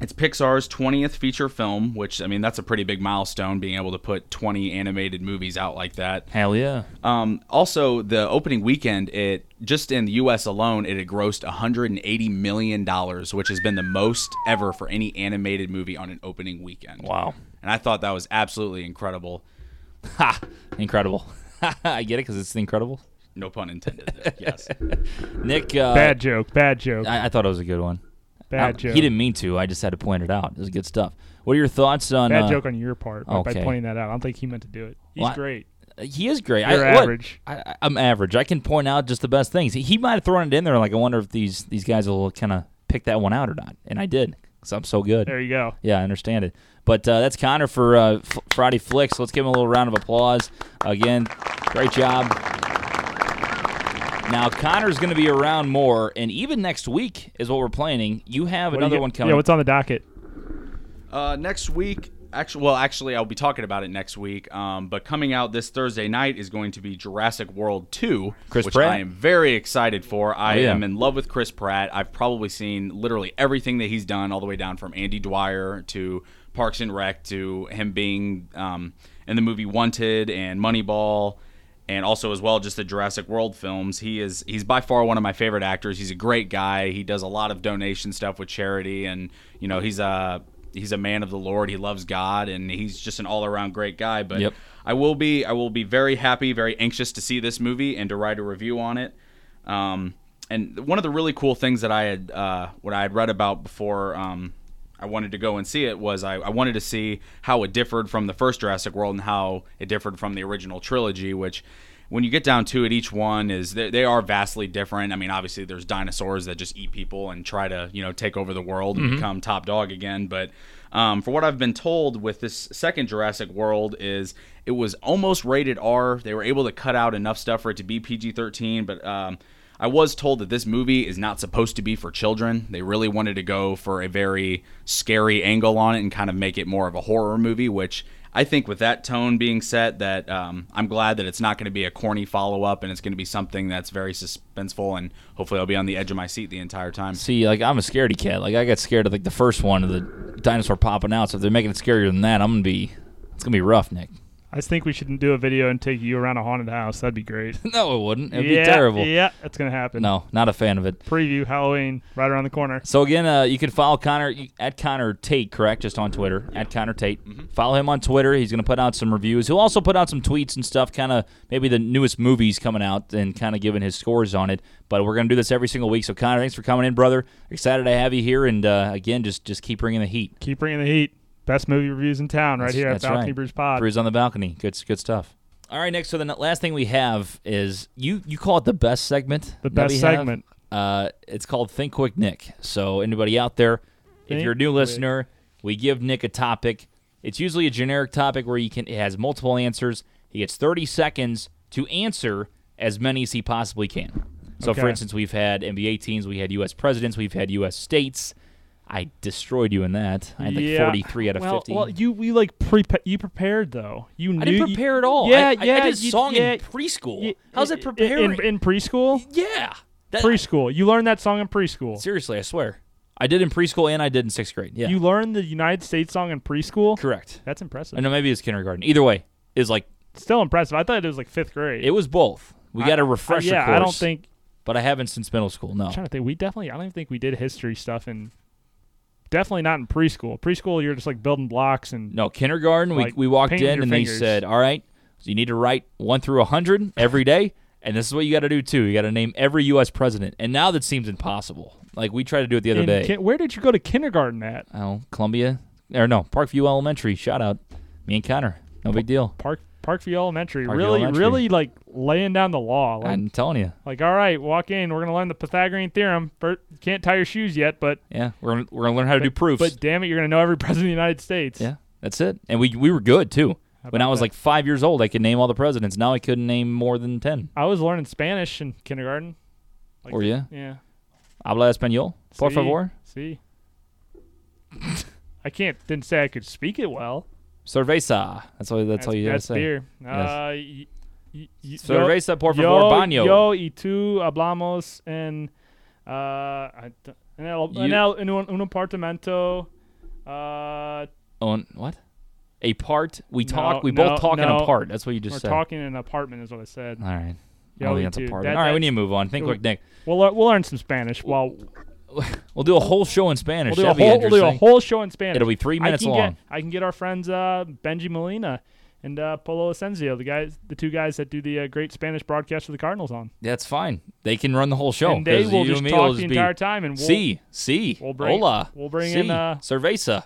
E: It's Pixar's 20th feature film, which, I mean, that's a pretty big milestone being able to put 20 animated movies out like that.
A: Hell yeah!
E: Um, also, the opening weekend, it just in the U.S. alone, it had grossed 180 million dollars, which has been the most ever for any animated movie on an opening weekend.
A: Wow,
E: And I thought that was absolutely incredible.
A: ha! Incredible. (laughs) I get it because it's Incredible.
E: No pun intended.
A: (laughs)
E: There. yes.
A: Nick, uh,
B: Bad joke. Bad joke.
A: I, I thought it was a good one.
B: bad
A: I-
B: joke.
A: He didn't mean to. I just had to point it out. It was good stuff. What are your thoughts on?
B: Bad
A: uh,
B: joke on your part by-
A: okay.
B: by pointing that out. I don't think he meant to do it. He's
A: Well, I-
B: great.
A: He is great.
B: You're
A: I, what-
B: average.
A: I, I- I'm average. I can point out just the best things. He, he might have thrown it in there. Like I wonder if these these guys will kind of pick that one out or not. And I did because I'm so good.
B: There you go.
A: Yeah, I understand it. But uh, that's Connor for uh, F- Friday Flicks. Let's give him a little round of applause. Again, great job. Now, Connor's going to be around more, and even next week is what we're planning. You have
B: What do you
A: another
B: get-
A: one coming.
B: Yeah, what's on the docket?
E: Uh, next week, actually, well, actually, I'll be talking about it next week. Um, but coming out this Thursday night is going to be Jurassic World Two,
A: Chris
E: which
A: Pratt?
E: I am very excited for. I
A: Oh, yeah.
E: am in love with Chris Pratt. I've probably seen literally everything that he's done, all the way down from Andy Dwyer to Parks and Rec to him being um, in the movie Wanted and Moneyball. And also, as well, just the Jurassic World films. He is he's by far one of my favorite actors. He's a great guy. He does a lot of donation stuff with charity, and you know he's a he's a man of the Lord. He loves God, and he's just an all around great guy. But
A: Yep.
E: I will be I will be very happy, very anxious to see this movie and to write a review on it. Um, and one of the really cool things that I had uh, what I had read about before um, I wanted to go and see it was I, I wanted to see how it differed from the first Jurassic World and how it differed from the original trilogy, which when you get down to it, each one is they, they are vastly different. I mean, obviously there's dinosaurs that just eat people and try to you know take over the world and become top dog again. But um, for what I've been told with this second Jurassic World is it was almost rated R. They were able to cut out enough stuff for it to be PG-13, but um, I was told that this movie is not supposed to be for children. They really wanted to go for a very scary angle on it and kind of make it more of a horror movie, which I think with that tone being set, that um, I'm glad that it's not going to be a corny follow up and it's going to be something that's very suspenseful and hopefully I'll be on the edge of my seat the entire time.
A: See, like I'm a scaredy cat. Like I got scared of like the first one of the dinosaur popping out. So if they're making it scarier than that, I'm gonna be it's gonna be rough, Nick. (laughs)
B: I think we should do a video and take you around a haunted house. That'd
A: (laughs)
B: be great.
A: No, it wouldn't. It'd be
B: yeah,
A: terrible.
B: Yeah, that's gonna happen.
A: No, not a fan of it.
B: Preview Halloween right around the corner.
A: So again, uh, you can follow Connor you- at Connor Tate, correct? Just on Twitter at Connor Tate. Follow him on Twitter. He's going to put out some reviews. He'll also put out some tweets and stuff, kind of maybe the newest movies coming out and kind of giving his scores on it. But we're going to do this every single week. So Connor, thanks for coming in, brother. Excited to have you here, and uh, again, just just keep bringing the heat.
B: Keep bringing the heat. Best movie reviews in town, right here at
A: That's
B: Balcony
A: right.
B: Brews Pod.
A: Brews on the balcony. Good, good stuff. All right, Nick. So the n- last thing we have is you. You call it the best segment.
B: The
A: that
B: best
A: we have.
B: segment.
A: Uh, it's called Think Quick, Nick. So anybody out there, if
B: Think
A: you're a new
B: quick.
A: listener, we give Nick a topic. It's usually a generic topic where he can it has multiple answers. He gets 30 seconds to answer as many as he possibly can. So for
B: Okay.
A: instance, we've had NBA teams, we had U.S. presidents, we've had U.S. states. I destroyed you in that. I had like
B: Yeah.
A: 43 out of
B: well,
A: 50.
B: Well, you we like pre you prepared though. You knew
A: I didn't
B: you-
A: prepare at all.
B: Yeah,
A: I,
B: yeah.
A: I, I did a
B: you-
A: song
B: yeah,
A: in preschool.
B: y-
A: How's
B: i-
A: it
B: i-
A: preparing?
B: in, in preschool?
A: yeah. That-
B: Preschool. You learned that song in preschool.
A: seriously, I swear. I did in preschool and I did in sixth grade. Yeah.
B: You learned the United States song in preschool.
A: correct?
B: That's
A: I
B: impressive.
A: know maybe it's kindergarten. Either way, is like
B: Still impressive. I thought it was like fifth grade.
A: it was both. We got a refresher
B: yeah,
A: course.
B: I don't think.
A: but I haven't since middle school. No.
B: I'm trying to think. We definitely. I don't even think we did history stuff in. Definitely not in preschool. Preschool, you're just like building blocks and
A: No, kindergarten,
B: Like,
A: we, we walked
B: painting
A: in
B: your
A: and
B: fingers.
A: they said, all right, so you need to write one through a 100 every day. And this is what you got to do, too. You got to name every U.S. president. And now that seems impossible. Like, we tried to do it the other
B: in
A: day.
B: kin- where did you go to kindergarten at?
A: oh, Columbia, or no, Parkview Elementary. Shout out. Me and Connor. No big deal.
B: Park Parkview Elementary
A: Parkview
B: really,
A: Elementary.
B: really like laying down the law. Like,
A: I'm telling you.
B: like, all right, walk in. We're gonna learn the Pythagorean theorem. Bert, can't tie your shoes yet, but
A: Yeah, we're gonna, we're gonna learn how to do proofs.
B: but damn it, you're gonna know every (laughs) president of the United States.
A: yeah, that's it. And we we were good too. When I was
B: that?
A: like five years old, I could name all the presidents. Now I couldn't name more than ten.
B: I was learning Spanish in kindergarten. Like,
A: Or yeah,
B: Yeah.
A: habla español, por
B: See?
A: favor.
B: See. (laughs) I can't. Didn't say I could speak it well.
A: Cerveza. That's all. That's, all you gotta
B: that's
A: say.
B: beer.
A: Yes.
B: Uh, y- y- y-
A: Cerveza,
B: yo-
A: por favor,
B: yo,
A: baño.
B: Yo y tú hablamos en, uh, I d- en, el, en,
A: You-
B: el, en un, un apartamento. Uh,
A: On Oh, what? A part. We
B: No,
A: talk. We
B: no,
A: both talk in a
B: no.
A: part. That's what you just Uh-huh.
B: we're
A: said.
B: talking in an apartment, is what I said.
A: all right. I
B: Yo,
A: don't think that's a
B: dude,
A: part.
B: that-
A: all right, we
B: that-
A: need to move on. Think quick, Nick.
B: We'll, lear- we'll learn some Spanish. While
A: We'll do a whole show in Spanish.
B: we'll do, a
A: That'd be
B: whole, we'll do a
A: interesting.
B: whole show in Spanish.
A: It'll be three minutes
B: I can
A: long.
B: Get, I can get our friends uh, Benji Molina and uh, Polo Asensio, the guys, the two guys that do the uh, great Spanish broadcast for the Cardinals on.
A: That's fine. They can run the whole show.
B: and they
A: 'cause
B: will
A: you
B: just
A: and me
B: talk
A: will
B: the
A: be,
B: entire time and we'll,
A: See, see,
B: we'll bring-
A: hola,
B: we'll bring
A: si,
B: in, uh,
A: cerveza.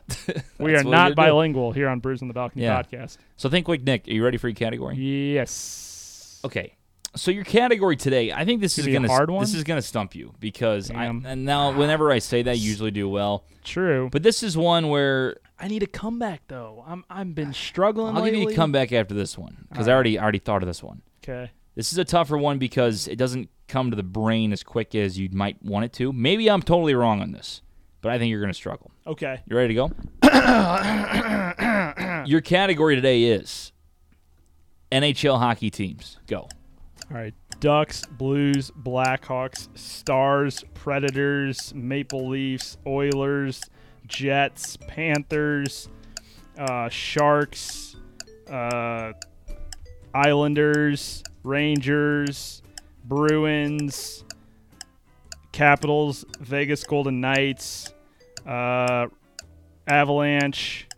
A: (laughs)
B: We are
A: That's what
B: not
A: do.
B: bilingual here on Bruising the Balcony
A: Yeah.
B: podcast.
A: So think quick, Nick. Are you ready for your category?
B: Yes.
A: Okay. So your category today, I think this is
B: Gonna be a
A: gonna
B: hard
A: this
B: one?
A: is gonna stump you because I
B: Damn.
A: and now whenever I say that, I usually do well.
B: True.
A: But this is one where
B: I need a comeback though. I'm I've been struggling
A: I'll give you a comeback after this one because I already I already thought of this one.
B: Okay.
A: This is a tougher one because it doesn't come to the brain as quick as you might want it to. Maybe I'm totally wrong on this, but I think you're gonna struggle.
B: Okay.
A: You ready to go? Your category today is NHL hockey teams. Go.
B: All right. Ducks, Blues, Blackhawks, Stars, Predators, Maple Leafs, Oilers, Jets, Panthers, uh, Sharks, uh, Islanders, Rangers, Bruins, Capitals, Vegas Golden Knights, uh, Avalanche,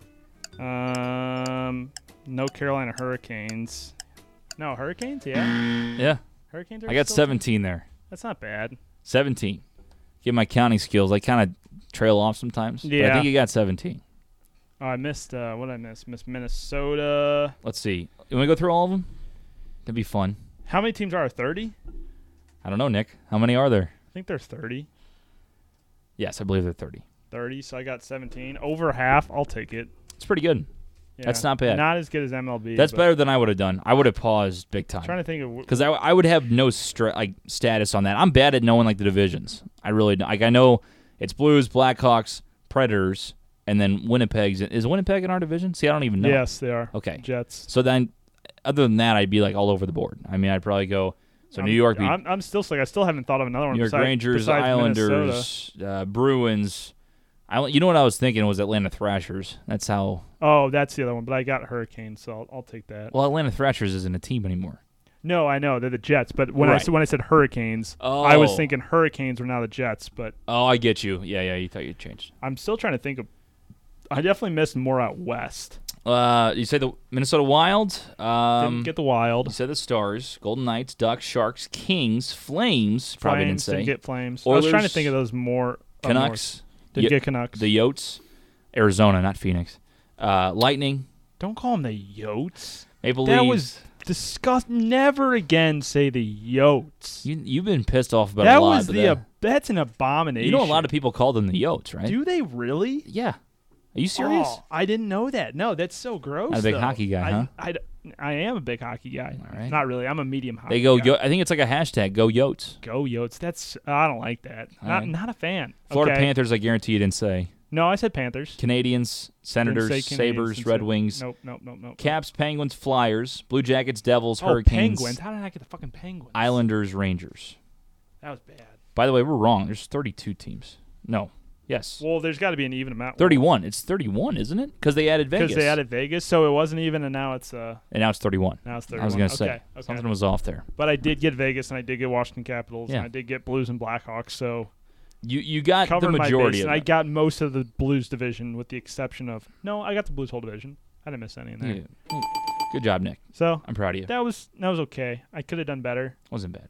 B: um, no Carolina Hurricanes. No, Hurricanes? Yeah.
A: Yeah.
B: Hurricanes. Are
A: I got
B: still-
A: 17 there.
B: That's not bad.
A: 17. Give my counting skills. I kind of trail off sometimes. but I
B: Yeah.
A: think you got 17.
B: Oh, I missed. Uh, what did I miss? Miss Minnesota.
A: Let's see. You want to go through all of them? That'd be fun.
B: How many teams are there? Thirty?
A: I don't know, Nick. How many are there?
B: I think there's thirty.
A: Yes, I believe they're 30.
B: Thirty. So I got seventeen. Over half. I'll take it.
A: It's pretty good.
B: Yeah.
A: That's not bad.
B: Not as good as MLB.
A: That's
B: but
A: better than I would have done. I would have paused big time.
B: Trying to think of.
A: because I, I would have no stra- like status on that. I'm bad at knowing like the divisions. I really don't. like I know it's Blues, Blackhawks, Predators, and then Winnipeg's is Winnipeg in our division. See, I don't even know.
B: Yes, they are.
A: Okay.
B: Jets.
A: So then, other than that, I'd be like all over the board. I mean, I'd probably go. So New York, be
B: I'm, I'm still sick. I still haven't thought of another one.
A: New York
B: besides,
A: Rangers,
B: besides Minnesota.
A: Islanders, uh, Bruins. I you know what I was thinking was Atlanta Thrashers. That's how.
B: Oh, that's the other one. But I got Hurricanes, so I'll, I'll take that.
A: Well, Atlanta Thrashers isn't a team anymore.
B: no, I know they're the Jets. But when I
A: Right.
B: s- when I said Hurricanes, I was
A: Oh.
B: thinking Hurricanes were now the Jets. But
A: Oh, I get you. Yeah, yeah. You thought you changed.
B: I'm still trying to think of. I definitely missed more out west.
A: Uh, you say the Minnesota Wild. Um,
B: Didn't get the
A: You
B: Wild.
A: said the Stars, Golden Knights, Ducks, Sharks, Kings, Flames. Probably
B: Flames
A: didn't say.
B: get Flames. I was trying to
A: Oilers,
B: think of those more. up north.
A: Canucks.
B: Didn't
A: Ye-
B: get Canucks.
A: The Yotes. Arizona, not Phoenix. Uh, Lightning.
B: Don't call them the Yotes.
A: Maple
B: That
A: Leafs.
B: was disgust. Never again say the Yotes.
A: you, you've been pissed off about
B: that
A: a lot.
B: was
A: but
B: the.
A: that-
B: ab- that's an abomination.
A: you know, a lot of people call them the Yotes, right?
B: Do they really?
A: yeah. Are you serious?
B: Oh, I didn't know that. No, that's so gross.
A: Not a big
B: though.
A: hockey guy,
B: I,
A: huh?
B: I d- I am a big hockey guy.
A: All right.
B: Not really. I'm a medium hockey.
A: They go.
B: guy.
A: Yo- I think it's like a hashtag. Go Yotes.
B: Go Yotes. That's I don't like that.
A: All
B: not
A: right.
B: not a fan.
A: Florida
B: okay.
A: Panthers. I guarantee you didn't say.
B: No, I said Panthers.
A: Canadians,
B: Didn't
A: Senators,
B: say Canadians.
A: Sabers,
B: Didn't
A: Red
B: say-
A: Wings,
B: Nope, nope, nope, nope.
A: Caps, Penguins, Flyers, Blue Jackets, Devils,
B: Oh,
A: Hurricanes,
B: penguins. How did I get the fucking penguins?
A: Islanders, Rangers.
B: That was bad.
A: By the way, we're wrong. There's 32 teams. No. Yes.
B: Well, there's got to be an even amount.
A: 31. It's 31, isn't it? Because they added Vegas.
B: because they added Vegas, so it wasn't even, and now it's uh.
A: And now it's 31.
B: Now it's
A: I was
B: 31.
A: going to say.
B: Okay, okay.
A: Something was off there.
B: But I did get Vegas, and I did get Washington Capitals,
A: Yeah.
B: and I did get Blues and Blackhawks. So
A: You you got
B: covered
A: the
B: my
A: majority
B: base,
A: of
B: and I
A: it.
B: got most of the Blues division, with the exception of no, I got the Blues whole division. I didn't miss any in there.
A: Yeah. Good job, Nick.
B: So
A: I'm proud of you. That
B: that was that was okay. I could have done better.
A: wasn't bad.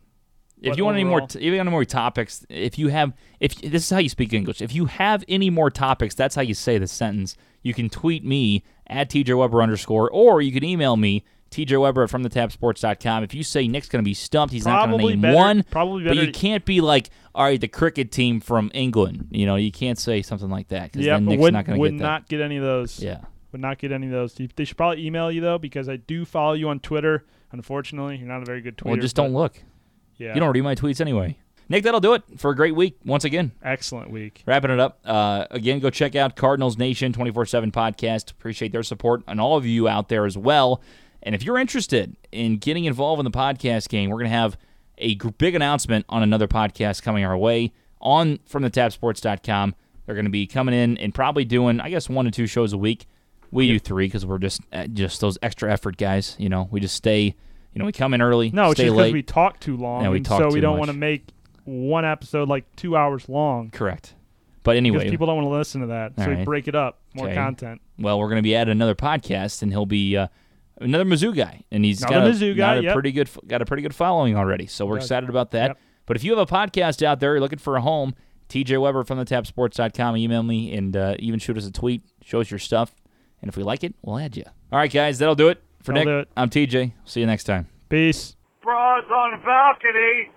A: If
B: But
A: you want any more,
B: overall-
A: t- if you want any more topics, if you have, if this is how you speak English, if you have any more topics, that's how you say the sentence. You can tweet me at TJ Weber underscore, or you can email me TJ Weber at FromTheTapSports.com. If you say Nick's going to be stumped, he's not going
B: Probably
A: to name
B: better-
A: one.
B: probably
A: But
B: better-
A: you can't be like, all right, the cricket team from England. You know, you can't say something like that because
B: Yeah,
A: then
B: but
A: Nick's
B: would
A: not going to
B: would
A: get that.
B: not get any of those.
A: Yeah.
B: would not get any of those. You- They should probably email you though because I do follow you on Twitter. Unfortunately, you're not a very good tweeter.
A: Well, just don't
B: but-
A: look.
B: Yeah,
A: You don't read my tweets anyway. Nick, that'll do it for a great week once again.
B: Excellent week.
A: Wrapping it up. Uh, again, go check out Cardinals Nation 24 7 podcast. Appreciate their support and all of you out there as well. And if you're interested in getting involved in the podcast game, we're going to have a gr- big announcement on another podcast coming our way on from the tapsports.com. They're going to be coming in and probably doing, I guess, one to two shows a week. We do three because we're just uh, just those extra effort guys. You know, we just stay. You know, we come in early.
B: No, it's
A: stay
B: just because
A: late.
B: we talk too long,
A: Yeah, we
B: and
A: talk
B: so
A: too
B: we don't
A: much.
B: want to make one episode like two hours long
A: Correct. But
B: because
A: anyway,
B: people don't want to listen to that.
A: All
B: so
A: right.
B: we break it up, more
A: Okay.
B: content.
A: well, we're going to be at another podcast, and he'll be uh, another Mizzou guy, and he's got
B: Another
A: a,
B: Mizzou
A: got
B: guy,
A: a
B: yep.
A: pretty good got a pretty good following already. So we're excited about that.
B: Yep.
A: But if you have a podcast out there, you're looking for a home, TJ Weber from the tapsports.com, email me and uh, even shoot us a tweet, show us your stuff, and if we like it, we'll add you. All right, guys, that'll do it for
B: That'll
A: Nick.
B: do it.
A: I'm TJ. See you next time.
B: Peace.
F: bras on balcony